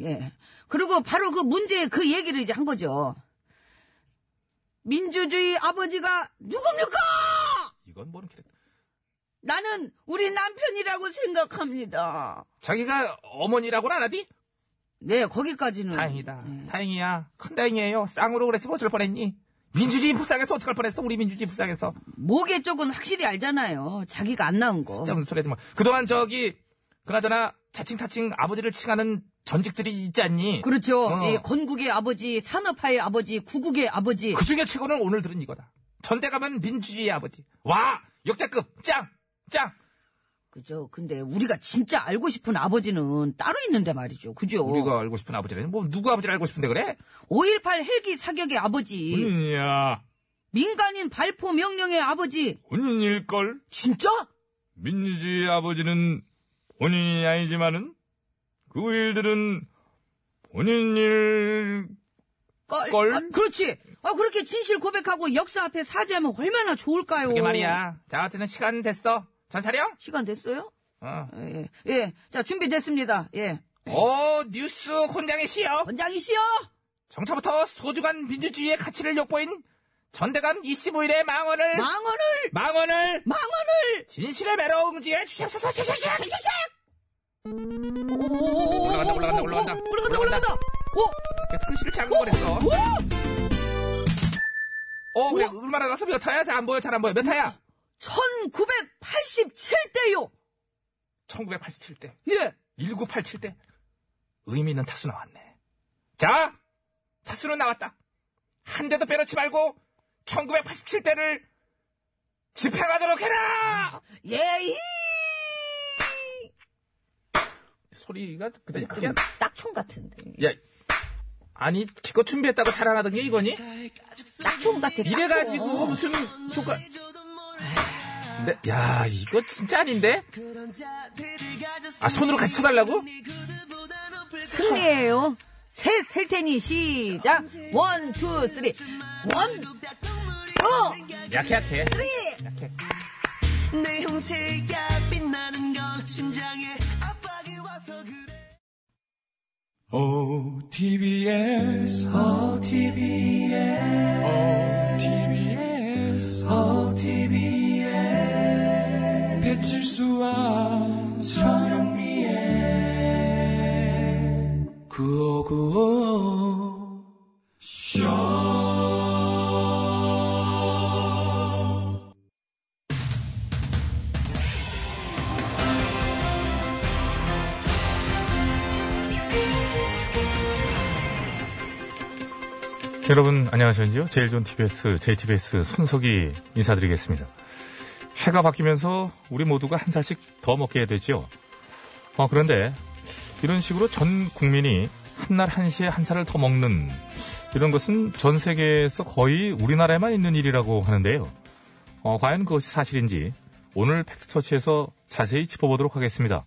S2: 예. 그리고 바로 그 문제 그 얘기를 이제 한 거죠. 민주주의 아버지가 누굽니까?
S4: 이건 모르는 캐릭터
S2: 나는 우리 남편이라고 생각합니다.
S4: 자기가 어머니라고는 안 하디?
S2: 네, 거기까지는. 예.
S4: 다행이다. 다행이야. 큰 다행이에요. 쌍으로 그랬으면 어쩔 뻔했니? 민주주의 불쌍해서 어떡할 뻔했어? 우리 민주주의 불쌍해서.
S2: 목의 쪽은 확실히 알잖아요. 자기가 안 나온 거.
S4: 진짜 무슨 소리 하지 마. 그동안 저기, 그나저나 자칭 타칭 아버지를 칭하는 전직들이 있지 않니? 그
S2: 그렇죠.
S4: 어.
S2: 예, 건국의 아버지, 산업화의 아버지, 구국의 아버지.
S4: 그 중에 최고는 오늘 들은 이거다. 전대 가면 민주주의의 아버지. 와! 역대급! 짱! 짱!
S2: 그죠. 근데 우리가 진짜 알고 싶은 아버지는 따로 있는데 말이죠. 그죠.
S4: 우리가 알고 싶은 아버지라니. 뭐, 누구 아버지를 알고 싶은데 그래?
S2: 5.18 헬기 사격의 아버지.
S9: 언니야,
S2: 민간인 발포 명령의 아버지.
S9: 언니일걸?
S2: 진짜?
S9: 민주주의 아버지는 본인이 아니지만은 그 일들은 본인 일
S2: 걸.
S9: 걸?
S2: 걸? 그렇지. 아, 그렇게 진실 고백하고 역사 앞에 사죄하면 얼마나 좋을까요?
S4: 그게 말이야. 자, 어쨌든 시간 됐어. 전사령?
S2: 시간 됐어요?
S4: 어.
S2: 예, 예. 예. 자, 준비됐습니다. 예.
S4: 오, 어, 뉴스 혼장의 시여.
S2: 원장이시여!
S4: 정처부터 소중한 민주주의의 가치를 욕보인 전대감 25일의 망언을
S2: 망언을!
S4: 망언을
S2: 망언을!
S4: 진실의 매로 응지해 주십소서
S2: 샥샥샥!
S4: 샥샥샥
S2: 오,
S4: 올라간다, 올라간다,
S2: 오,
S4: 올라간다.
S2: 오, 어, 올라간다, 올라간다! 어, 오!
S4: 털실을 잡고 버렸어
S2: 오!
S4: 어 그래 얼마나 나서 몇 타야 잘 안 보여 잘 안 보여 몇 타야
S2: 1987대요!
S4: 1987대
S2: 예!
S4: 1987대 의미 있는 타수 나왔네 자 타수는 나왔다 한 대도 빼놓지 말고 1987대를 집행하도록 해라
S2: 예이!
S4: 소리가 그다지 크게
S2: 그럼
S4: 안-
S2: 딱총 같은데.
S4: 야 아니 기껏 준비했다고 자랑하던 게 이거니?
S2: 딱총 같아. 어.
S4: 이래가지고 어, 무슨 효과 근데 야 이거 진짜 아닌데 아 손으로 같이 쳐달라고
S3: 승리예요. 셋, 셀 테니 시작. 원, 투, 쓰리. 원, 투,
S4: 약해 약해
S3: 쓰리.
S4: 약해
S10: 내 형체가 빛나는 건 심장에 압박이 와서 그래
S3: 어, OTBS,
S2: 어,
S3: OTBS, 어, OTBS,
S2: 어,
S3: OTBS, 배칠수와 전영미의 구호구호
S4: 여러분 안녕하십니까? 제일 좋은 TBS, JTBS 손석희 인사드리겠습니다. 해가 바뀌면서 우리 모두가 한 살씩 더 먹게 되죠. 어, 그런데 이런 식으로 전 국민이 한 날 한시에 한 살을 더 먹는 이런 것은 전 세계에서 거의 우리나라에만 있는 일이라고 하는데요. 어, 과연 그것이 사실인지 오늘 팩트터치에서 자세히 짚어보도록 하겠습니다.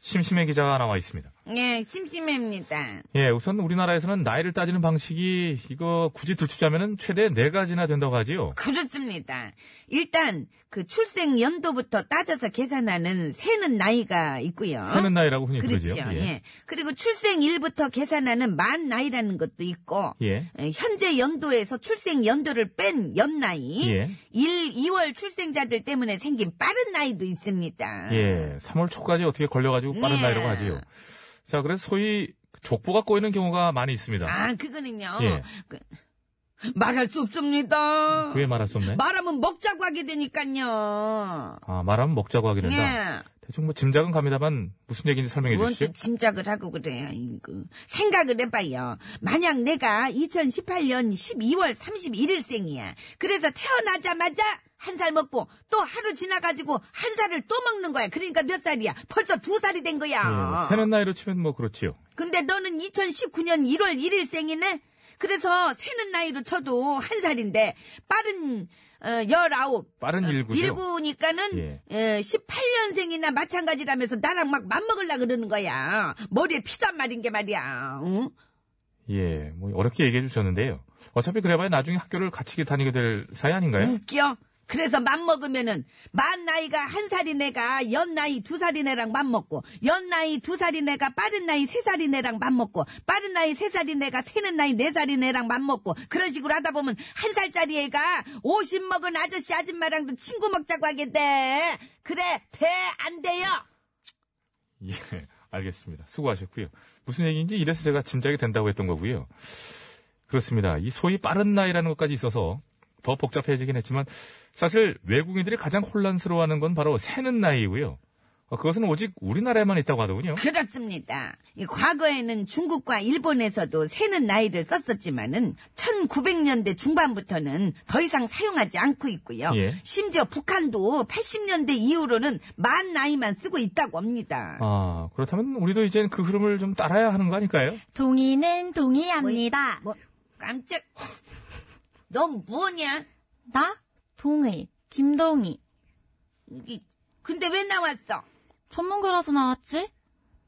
S4: 심심해 기자가 나와 있습니다.
S2: 예, 심심합니다.
S4: 예, 우선 우리나라에서는 나이를 따지는 방식이 이거 굳이 들추자면은 최대 네 가지나 된다고 하지요.
S2: 그렇습니다. 일단 그 출생 연도부터 따져서 계산하는 새는 나이가 있고요.
S4: 사는 나이라고 흔히
S2: 그렇죠.
S4: 부르죠.
S2: 예. 그리고 출생일부터 계산하는 만 나이라는 것도 있고
S4: 예.
S2: 에, 현재 연도에서 출생 연도를 뺀 연나이,
S4: 예.
S2: 1, 2월 출생자들 때문에 생긴 빠른 나이도 있습니다.
S4: 예, 3월 초까지 어떻게 걸려가지고 빠른
S2: 예.
S4: 나이라고 하지요. 자, 그래서 소위 족보가 꼬이는 경우가 많이 있습니다.
S2: 아, 그거는요.
S4: 예.
S2: 그- 말할 수 없습니다.
S4: 그에 말할 수 없네.
S2: 말하면 먹자고 하게 되니까요.
S4: 아, 말하면 먹자고 하게 된다.
S2: 예.
S4: 대충 뭐 짐작은 갑니다만 무슨 얘기인지 설명해
S2: 뭔
S4: 주시죠.
S2: 또 짐작을 하고 그래요, 이거. 생각을 해봐요. 만약 내가 2018년 12월 31일생이야. 그래서 태어나자마자 한 살 먹고 또 하루 지나가지고 한 살을 또 먹는 거야. 그러니까 몇 살이야? 벌써 두 살이 된 거야.
S4: 예, 새는 나이로 치면 뭐 그렇지요.
S2: 근데 너는 2019년 1월 1일생이네? 그래서 새는 나이로 쳐도 한 살인데 빠른 어, 19,
S4: 빠른 일구죠.
S2: 니까는
S4: 예.
S2: 18년생이나 마찬가지라면서 나랑 막 맞먹으려 그러는 거야. 머리에 피도 안 마른 게 말이야. 응?
S4: 예, 뭐 어렵게 얘기해 주셨는데요. 어차피 그래봐야 나중에 학교를 같이 다니게 될 사이 아닌가요?
S2: 웃겨? 그래서 맞먹으면은 만 나이가 한 살인 애가 연 나이 두 살인 애랑 맞먹고 연 나이 두 살인 애가 빠른 나이 세 살인 애랑 맞먹고 빠른 나이 세 살인 애가 새는 나이 네 살인 애랑 맞먹고 그런 식으로 하다 보면 한 살짜리 애가 50 먹은 아저씨 아줌마랑도 친구 먹자고 하게 돼. 그래 돼 안 돼요?
S4: 예, 알겠습니다. 수고하셨고요. 무슨 얘기인지 이래서 제가 짐작이 된다고 했던 거고요. 그렇습니다. 이 소위 빠른 나이라는 것까지 있어서 더 복잡해지긴 했지만 사실 외국인들이 가장 혼란스러워하는 건 바로 새는 나이고요. 어, 그것은 오직 우리나라에만 있다고 하더군요.
S2: 그렇습니다. 이 과거에는 중국과 일본에서도 새는 나이를 썼었지만은 1900년대 중반부터는 더 이상 사용하지 않고 있고요.
S4: 예.
S2: 심지어 북한도 80년대 이후로는 만 나이만 쓰고 있다고 합니다.
S4: 아, 그렇다면 우리도 이제 그 흐름을 좀 따라야 하는 거 아닐까요?
S11: 동의는 동의합니다.
S2: 뭐 깜짝. 넌 뭐냐?
S11: 나 동의 김동의
S2: 이- 근데 왜 나왔어?
S11: 전문가라서 나왔지?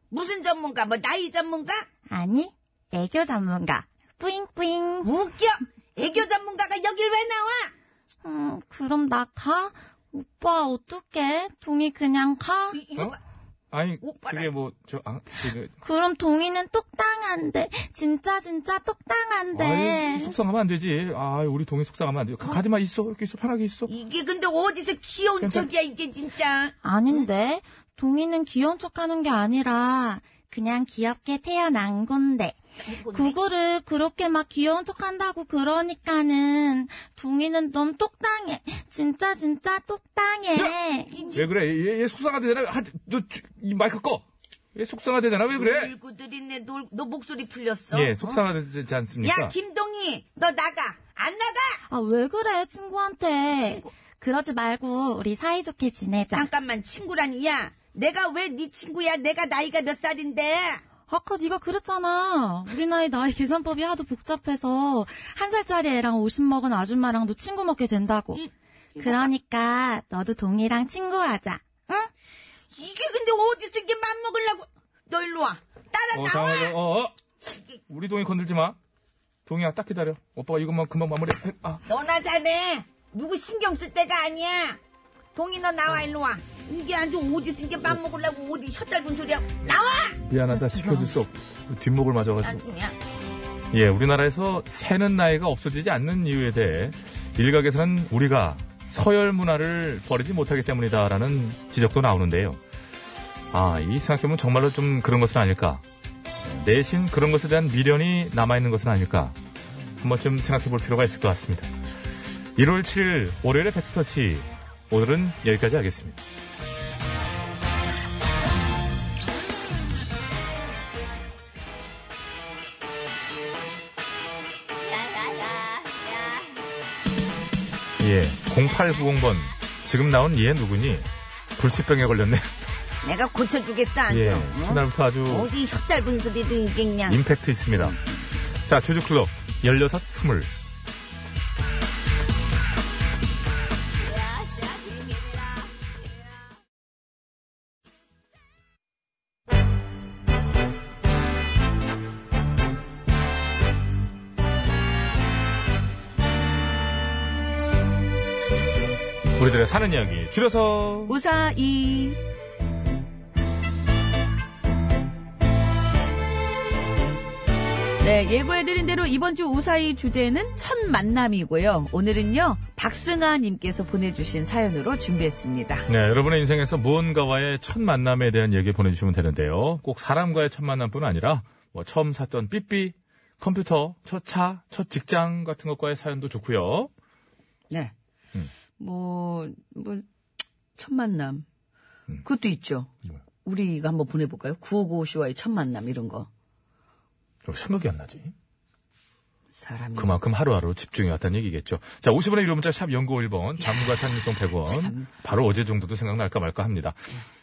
S2: 무슨 전문가? 뭐 나이 전문가?
S11: 아니 애교 전문가 뿌잉뿌잉.
S2: 웃겨. 애교 전문가가 여길 왜 나와?
S11: 음, 그럼 나 가? 오빠 어떡해? 동의 그냥 가?
S2: 이- 이거
S4: 어?
S2: 봐.
S4: 아니,
S2: 오빠라.
S4: 그게 뭐, 저, 아, 그게,
S11: 그럼 동의는 똑당한데 진짜 진짜
S4: 그,
S2: 네.
S4: 아이,
S11: 똑당한데
S4: 속상하면 안 되지. 아, 우리 동이 속상하면 안 돼. 가, 가지마, 있어. 여기 있어. 편하게 있어.
S2: 이게 근데 어디서 귀여운
S4: 괜찮-
S2: 척이야 이게 진짜.
S11: 아닌데 동의는 귀여운 척하는 게 아니라 그냥 귀엽게 태어난 건데 그거를 그렇게 막 귀여운 척한다고 그러니까는 동의는 넌 똑당해 진짜 진짜 똑당해
S4: 왜 그래? 얘, 얘 속상하대잖아. 하, 너, 주- 이 마이크 꺼. 얘 속상하대잖아. 왜 그래?
S2: 놀고 들이네 놀, 너 목소리 풀렸어.
S4: 예,
S2: 어?
S4: 속상하지 않습니까?
S2: 야, 김동희, 너 나가. 안 나가.
S11: 아 왜 그래 친구한테 그러지 말고 우리 사이좋게 지내자
S2: 잠깐만, 친구라니. 야, 내가 왜 네 친구야? 내가 나이가 몇 살인데?
S11: 아까 네가 그랬잖아. 우리 나이 나이 계산법이 하도 복잡해서 한 살짜리 애랑 50 먹은 아줌마랑도 친구 먹게 된다고. 그러니까 너도 동이랑 친구하자.
S2: 어? 이게 근데 어디서 이게 맘먹으려고. 너 일로 와. 따라
S4: 어,
S2: 나와.
S4: 당황해. 어, 어. 우리 동이 건들지 마. 동이야, 딱 기다려. 오빠가 이것만 금방 마무리. 해. 아, 어.
S2: 너나 잘해. 누구 신경 쓸 때가 아니야. 동희, 너 나와, 일로 와.
S7: 이게 아주 오디서 이게 맘 먹으려고 어디 혀 짧은 소리야 나와
S2: 아,
S4: 미안하다 지켜줄 수 없고 뒷목을 맞아가지고
S7: 난 그냥
S4: 예, 우리나라에서 새는 나이가 없어지지 않는 이유에 대해 일각에서는 우리가 서열 문화를 버리지 못하기 때문이다라는 지적도 나오는데요. 아, 이 생각해보면 정말로 좀 그런 것은 아닐까. 내심 그런 것에 대한 미련이 남아있는 것은 아닐까. 한 번쯤 생각해볼 필요가 있을 것 같습니다. 1월 7일 월요일의 팩스터치. 오늘은 여기까지 하겠습니다. 예, 0890번. 지금 나온 얘 누구니? 불치병에 걸렸네.
S7: 내가 고쳐주겠어 안주
S4: 예,
S7: 어?
S4: 그날부터 아주
S7: 어디 혀 짧은 소리도 이게 그냥
S4: 임팩트 있습니다. 자, 주주클럽 16, 20. 우리들의 사는 이야기 줄여서
S2: 우사이. 네, 예고해드린 대로 이번 주 우사이 주제는 첫 만남이고요. 오늘은요, 박승아님께서 보내주신 사연으로 준비했습니다.
S4: 네, 여러분의 인생에서 무언가와의 첫 만남에 대한 얘기 보내주시면 되는데요. 꼭 사람과의 첫 만남뿐 아니라 뭐 처음 샀던 삐삐, 컴퓨터, 첫 차, 첫 직장 같은 것과의 사연도 좋고요.
S2: 네. 뭐, 뭐, 첫 만남.
S4: 음.
S2: 그것도 있죠.
S4: 뭐.
S2: 우리가 한번 보내볼까요? 9595씨와의 첫 만남, 이런 거.
S4: 어, 생각이 안 나지.
S2: 사람이.
S4: 그만큼 하루하루 집중이 왔다는 얘기겠죠. 자, 50원의 유료 문자 샵 연구 1번, 장무가 산유송 100원. 바로 어제 정도도 생각날까 말까 합니다.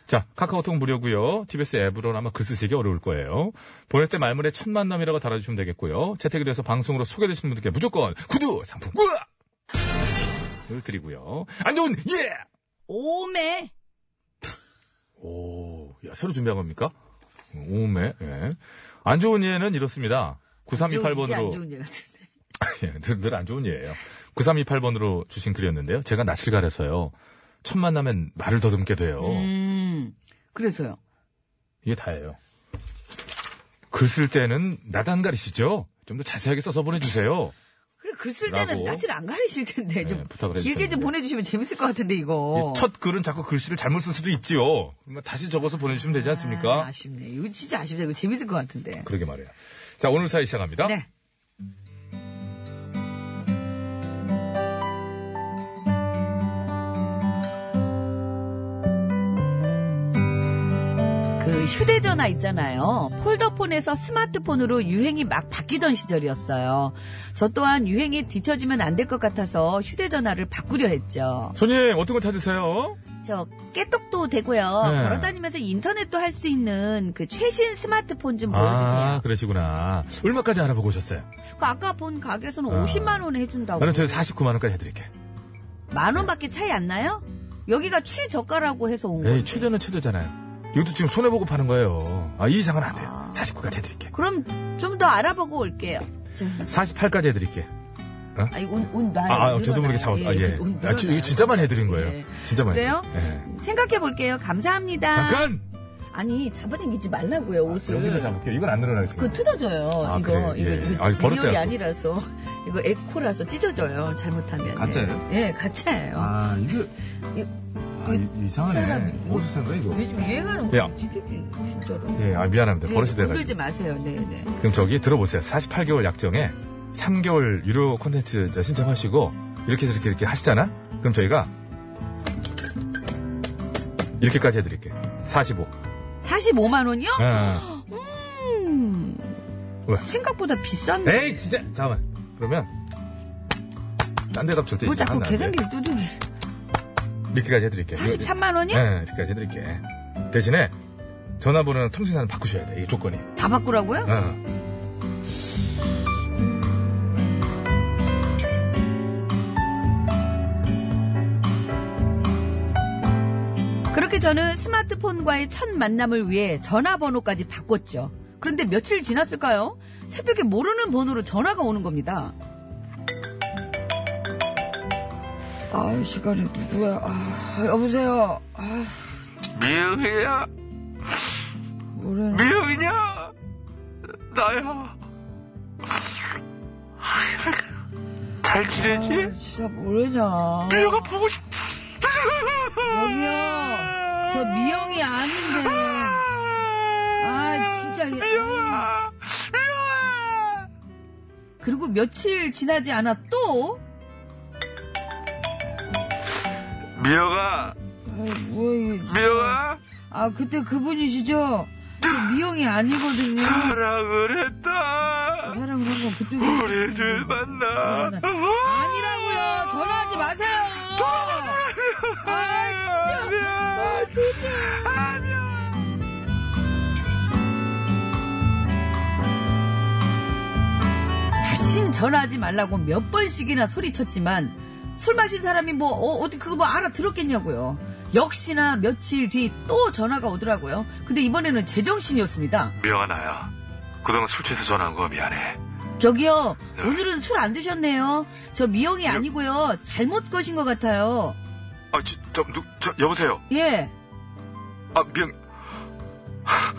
S4: 자, 카카오톡 무료고요. TBS 앱으로는 아마 글 쓰시기 어려울 거예요. 보낼 때 말문에 첫 만남이라고 달아주시면 되겠고요. 채택을 해서 방송으로 소개되시는 분들께 무조건 구두 상품권! 을 드리고요. 안 좋은 예!
S7: 오메
S4: 오, 야, 새로 준비한 겁니까? 오메, 예. 안 좋은 예는 이렇습니다.
S2: 좋은 일이 안
S4: 9328번으로
S2: 좋은 일 같은데.
S4: 예, 늘 안 좋은 예예요. 9328번으로 주신 글이었는데요. 제가 낯을 가려서요. 첫 만나면 말을 더듬게 돼요.
S2: 음, 그래서요.
S4: 이게 다예요. 글 쓸 때는 나단가리시죠? 좀 더 자세하게 써서 보내주세요.
S2: 그래, 글 쓸
S4: 라고.
S2: 때는 낯을 안 가리실 텐데. 좀
S4: 네, 부탁을
S2: 길게 좀
S4: 해주셨는데.
S2: 보내주시면 재밌을 것 같은데, 이거.
S4: 이첫 글은 자꾸 글씨를 잘못 쓸 수도 있지요. 그러면 다시 적어서 보내주시면 되지 않습니까?
S2: 아, 쉽네 이거 진짜 아쉽네. 이거 재밌을 것 같은데.
S4: 그러게 말이에요. 자, 오늘 사이 시작합니다.
S2: 네. 그 휴대전화 있잖아요. 폴더폰에서 스마트폰으로 유행이 막 바뀌던 시절이었어요. 저 또한 유행에 뒤처지면 안 될 것 같아서 휴대전화를 바꾸려 했죠.
S4: 손님, 어떤 거 찾으세요?
S2: 저 깨똑도 되고요.
S4: 네.
S2: 걸어다니면서 인터넷도 할 수 있는 그 최신 스마트폰 좀
S4: 아,
S2: 보여주세요.
S4: 그러시구나. 얼마까지 알아보고 오셨어요?
S2: 그 아까 본 가게에서는
S4: 아.
S2: 50만 원에 해준다고.
S4: 나는 저 49만원까지 해드릴게.
S2: 만 원밖에 차이 안 나요? 여기가 최저가라고 해서 온
S4: 에이,
S2: 거예요.
S4: 최저는 최저잖아요. 이것도 지금 손해보고 파는 거예요. 아, 이 이상은 안 돼요. 49까지 해드릴게.
S2: 그럼 좀 더 알아보고 올게요. 저,
S4: 48까지 해드릴게.
S2: 아, 이거 온, 온 나요.
S4: 아, 아, 저도 모르게 잡았어. 아, 예. 아, 지- 이거 진짜 많이 해드린 거예요.
S2: 예.
S4: 진짜 많이.
S2: 그래요?
S4: 해드린 거예요. 예.
S2: 생각해 볼게요. 감사합니다.
S4: 잠깐!
S2: 아니, 잡아당기지 말라고요, 옷을.
S4: 여기를 잡을게요. 이건 안 늘어나겠습니다.
S2: 그 뜯어져요.
S4: 아,
S2: 이거
S4: 그래요?
S2: 이거
S4: 예.
S2: 이거
S4: 아니, 버릇대로
S2: 리얼이
S4: 또.
S2: 아니라서 이거 에코라서 찢어져요. 잘못하면
S1: 가짜예요?
S2: 예, 예, 가짜예요.
S1: 아, 이게. 아, 이-
S2: 사람이
S1: 이상하네.
S2: 이거-
S1: 어디서 산 거야, 이거?
S2: 요즘 얘가는
S4: 야.
S2: 찢어지 진짜로.
S4: 예, 아, 미안합니다. 버릇이
S2: 들지
S4: 돼가지고.
S2: 마세요. 네, 네.
S4: 그럼 저기 들어보세요. 48개월 약정에 3개월 유료 콘텐츠 이제 신청하시고, 이렇게 해서 이렇게 이렇게 하시잖아? 그럼 저희가, 이렇게까지 해드릴게요. 45.
S2: 45만 원이요?
S4: 예, 예.
S2: 음,
S4: 왜?
S2: 생각보다 비싼데.
S4: 에이 진짜 잠깐만 그러면 딴 데 값줄 때
S2: 뭐 자꾸
S4: 이상한 데
S2: 계산기를 두드리.
S4: 이렇게까지 해드릴게요
S2: 43만
S4: 네
S2: 원이요?
S4: 이렇게까지 해드릴게 대신에 전화번호는 통신사는 바꾸셔야 돼이 조건이
S2: 다 바꾸라고요?
S4: 어.
S2: 그렇게 저는 스마트폰과의 첫 만남을 위해 전화번호까지 바꿨죠. 그런데 며칠 지났을까요? 새벽에 모르는 번호로 전화가 오는 겁니다. 아, 이 시간에 누구야? 아, 여보세요. 아,
S4: 미영이야,
S5: 뭐래?
S4: 미영이냐? 나야. 잘 지내지?
S5: 진짜 뭐래냐?
S4: 미영아 보고 싶.
S5: 저기요. 저 미영이 아닌데. 아, 진짜. 미영아! 그리고 며칠 지나지 않아 또?
S4: 미영아,
S5: 아이, 뭐야, 이게. 진짜.
S4: 미영아,
S5: 아, 그때 그분이시죠? 근데 미영이 아니거든요.
S4: 사랑을 했다.
S5: 사랑을 한 건 그쪽이.
S4: 우리 둘 만나.
S5: 아니라고요. 전화하지 마세요. 아, 진짜. 아, 진짜. 다신 전화하지 말라고 몇 번씩이나 소리쳤지만 술 마신 사람이 뭐 어, 어떻게 그거 뭐 알아들었겠냐고요. 역시나 며칠 뒤 또 전화가 오더라고요. 근데 이번에는 제정신이었습니다.
S4: 미영아 나야. 그동안 술 취해서 전화한 거 미안해.
S5: 저기요, 오늘은 술 안 드셨네요. 저 미영이 아니고요. 잘못 거신 것 같아요.
S4: 아, 저, 저, 누, 저 여보세요.
S5: 예.
S4: 아, 미영. 하,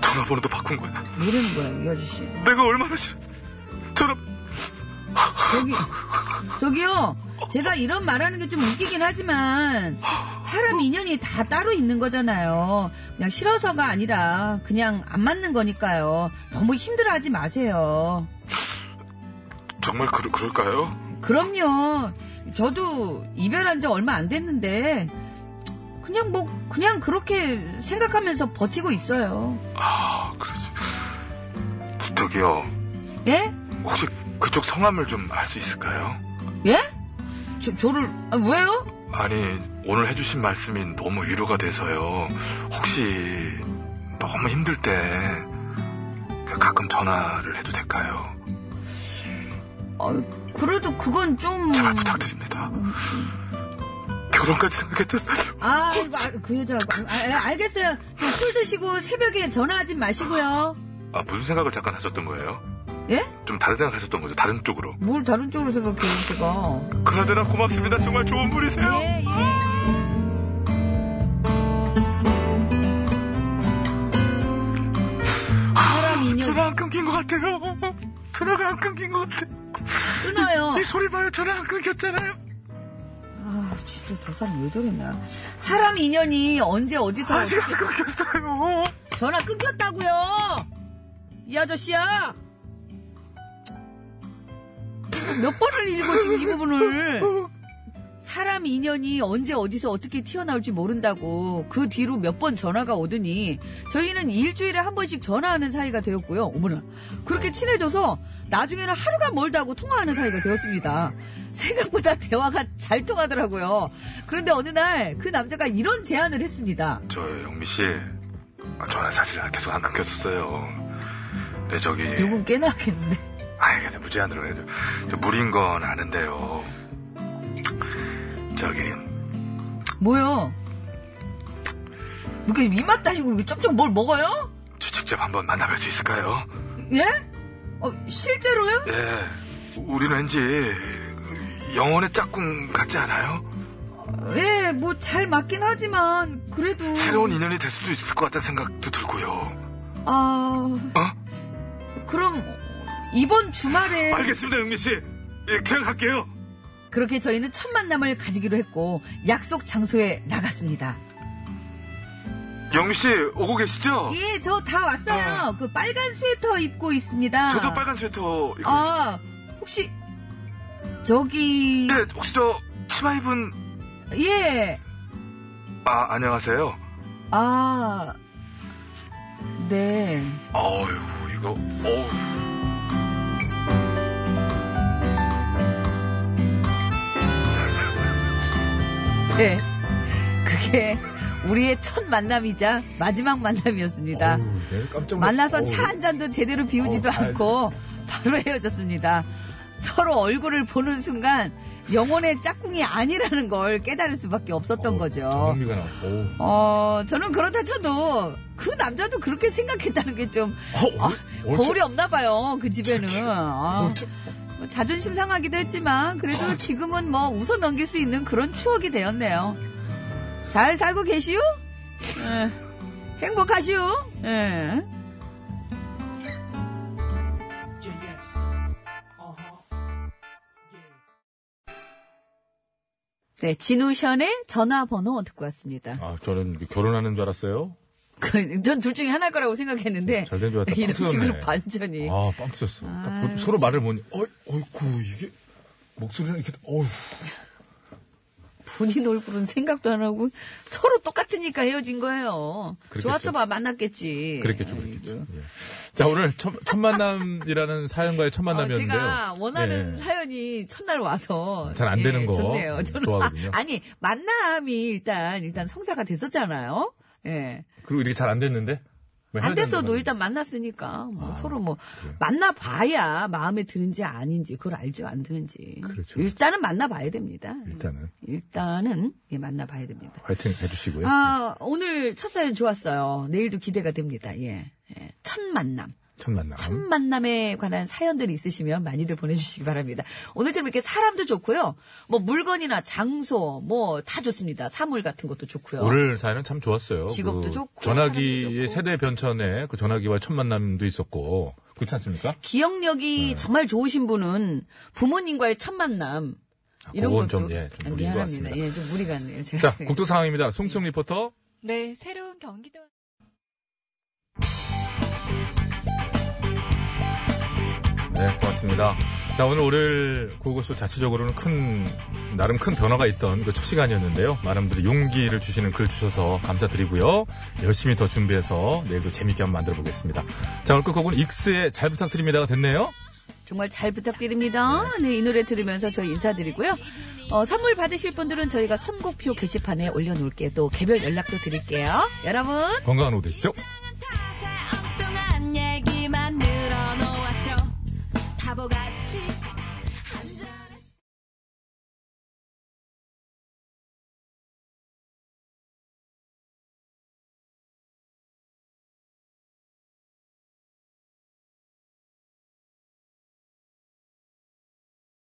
S4: 전화번호도 바꾼 거야.
S5: 모르는 거예요, 이 아저씨.
S4: 내가 얼마나 싫어. 전화.
S5: 저기, 저기요. 제가 이런 말하는 게 좀 웃기긴 하지만 사람 인연이 다 따로 있는 거잖아요. 그냥 싫어서가 아니라 그냥 안 맞는 거니까요. 너무 힘들어하지 마세요.
S4: 정말 그, 그럴까요?
S5: 그럼요. 저도 이별한 지 얼마 안 됐는데 그냥 뭐 그냥 그렇게 생각하면서 버티고 있어요.
S4: 아, 그러지. 저, 저기요.
S5: 예?
S4: 혹시 그쪽 성함을 좀 알 수 있을까요?
S5: 예? 저, 저를 아, 왜요?
S4: 아니, 오늘 해주신 말씀이 너무 위로가 돼서요. 혹시 너무 힘들 때 가끔 전화를 해도 될까요?
S5: 아, 그래도 그건 좀
S4: 제발 부탁드립니다. 결혼까지 생각했었어요.
S5: 아, 이거 알- 그 여자 아, 아, 알겠어요. 저 술 드시고 새벽에 전화하지 마시고요.
S4: 아, 무슨 생각을 잠깐 하셨던 거예요?
S5: 예?
S4: 좀 다른 생각 하셨던 거죠? 다른 쪽으로.
S5: 뭘 다른 쪽으로 생각해요, 제가.
S4: 그나저나 고맙습니다. 정말 좋은 분이세요.
S5: 예, 예.
S4: 아,
S5: 사람 인연
S4: 전화 안 끊긴 것 같아요. 전화가 안 끊긴 것 같아요.
S5: 끊어요.
S4: 이 소리만은 전화 안 끊겼잖아요.
S5: 아, 진짜 저 사람 왜 저랬냐. 사람 인연이 언제 어디서
S4: 아직 안 끊겼어요.
S5: 전화 끊겼다고요. 이 아저씨야. 몇 번을 읽고 지금 이 부분을. 사람 인연이 언제 어디서 어떻게 튀어나올지 모른다고 그 뒤로 몇 번 전화가 오더니 저희는 일주일에 한 번씩 전화하는 사이가 되었고요. 어머나 그렇게 친해져서 나중에는 하루가 멀다고 통화하는 사이가 되었습니다. 생각보다 대화가 잘 통하더라고요. 그런데 어느 날 그 남자가 이런 제안을 했습니다.
S4: 저 영미 씨, 아, 전화 사실 계속 안 끊겼었어요. 근데 저기,
S5: 요금 꽤나 하겠는데.
S4: 아이, 근데 무제한으로 해도 저 무리인 건 아는데요. 저기,
S5: 뭐요? 이렇게 입맛 따시고 이렇게 쩝쩝 뭘 먹어요?
S4: 저 직접 한번 만나뵐 수 있을까요?
S5: 예? 어, 실제로요?
S4: 예, 우리는 왠지 영혼의 짝꿍 같지 않아요?
S5: 예, 뭐 잘 맞긴 하지만 그래도
S4: 새로운 인연이 될 수도 있을 것 같다는 생각도 들고요.
S5: 아 그럼 이번 주말에
S4: 어? 네. 알겠습니다, 영미 씨. 예, 그냥 갈게요.
S5: 그렇게 저희는 첫 만남을 가지기로 했고 약속 장소에 나갔습니다.
S4: 영미 씨 오고 계시죠?
S5: 예, 저 다 왔어요. 그 빨간 스웨터 입고 있습니다.
S4: 저도 빨간 스웨터 입고.
S5: 아 혹시 저기
S4: 네, 혹시 저 치마 입은
S5: 예.
S4: 아 안녕하세요.
S5: 아, 네.
S4: 어휴 이거 어휴.
S5: 네. 그게 우리의 첫 만남이자 마지막 만남이었습니다.
S4: 네,
S12: 내가 깜짝
S4: 어,
S5: 만나서 차 한 잔도 제대로 비우지도 않고 바로 헤어졌습니다. 서로 얼굴을 보는 순간 영혼의 짝꿍이 아니라는 걸 깨달을 수밖에
S4: 어,
S5: 없었던 거죠.
S13: 정미가 나왔어. 어우.
S5: 어, 저는 그렇다 쳐도 그 남자도 그렇게 생각했다는 게 좀
S13: 어, 오늘
S5: 거울이 없나 봐요. 그 집에는. 아, 뭐 자존심 상하기도 했지만 그래도 지금은 뭐 웃어 넘길 수 있는 그런 추억이 되었네요. 잘 살고 계시오? 예. 행복하시오? 예. 네, 진우션의 전화번호 듣고 왔습니다. 그,
S4: 아, 저는 결혼하는 줄 알았어요.
S5: 전 둘 중에 하나일 거라고 생각했는데
S4: 잘 된 줄 알았다.
S5: 이런
S4: 빵
S5: 식으로
S4: 터졌네.
S5: 반전이.
S4: 아, 빵 터졌어. 딱 보- 서로 말을 보니, 어이, 어이구, 이게, 목소리는 이렇게, 어휴.
S5: 본인 얼굴은 생각도 안 하고 서로 똑같으니까 헤어진 거예요.
S4: 그렇겠죠.
S5: 좋았어 봐 만났겠지.
S4: 그랬겠죠,
S5: 아이고.
S4: 그랬겠죠. 예. 자, 오늘 첫, 첫 만남이라는 사연과의 첫
S5: 어,
S4: 만남이었는데요.
S5: 제가 원하는
S4: 예.
S5: 사연이 첫날 와서 예,
S4: 잘안 되는 거
S5: 좋네요.
S4: 음,
S5: 저는
S4: 좋아하거든요.
S5: 아, 니 만남이 일단 일단 성사가 됐었잖아요. 예.
S4: 그리고 이렇게 잘 안 됐는데? 뭐
S5: 안
S4: 헤어졌는데
S5: 됐어도
S4: 말이야.
S5: 일단 만났으니까 뭐
S4: 아,
S5: 서로 뭐
S4: 그래요.
S5: 만나봐야 마음에 드는지 아닌지 그걸 알죠 안 드는지
S4: 그렇죠.
S5: 일단은 만나봐야 됩니다.
S4: 일단은
S5: 일단은 예, 만나봐야 됩니다.
S4: 화이팅 해주시고요.
S5: 아, 오늘 첫 사연 좋았어요. 내일도 기대가 됩니다. 예. 예. 첫 만남.
S4: 첫 만남.
S5: 첫 만남에 관한 사연들이 있으시면 많이들 보내주시기 바랍니다. 오늘처럼 이렇게 사람도 좋고요. 뭐 물건이나 장소, 뭐 다 좋습니다. 사물 같은 것도 좋고요.
S4: 오늘 사연은 참 좋았어요.
S5: 직업도
S4: 그
S5: 좋고, 사람도
S4: 전화기의
S5: 좋고.
S4: 세대 변천에 그 전화기와 첫 만남도 있었고 그렇지 않습니까?
S5: 기억력이
S4: 네.
S5: 정말 좋으신 분은 부모님과의 첫 만남.
S4: 아,
S5: 이런
S4: 그건
S5: 것도
S4: 좀, 예, 좀
S5: 아,
S4: 무리인 것
S5: 미안합니다.
S4: 같습니다.
S5: 예, 좀 무리 같네요. 제가.
S4: 자, 국토 상황입니다. 송승 리포터.
S8: 네, 새로운 경기도
S4: 네, 고맙습니다. 자, 오늘 월요일 고고쇼 자체적으로는 큰, 나름 큰 변화가 있던 그 첫 시간이었는데요. 많은 분들이 용기를 주시는 글 주셔서 감사드리고요. 열심히 더 준비해서 내일도 재밌게 한번 만들어 보겠습니다. 자, 오늘 끝곡은 익스의 잘 부탁드립니다가 됐네요.
S5: 정말 잘 부탁드립니다. 네, 이 노래 들으면서 저희 인사드리고요. 어, 선물 받으실 분들은 저희가 선곡표 게시판에 올려놓을게요. 또 개별 연락도 드릴게요. 여러분.
S4: 건강한 오후 되시죠.
S14: 내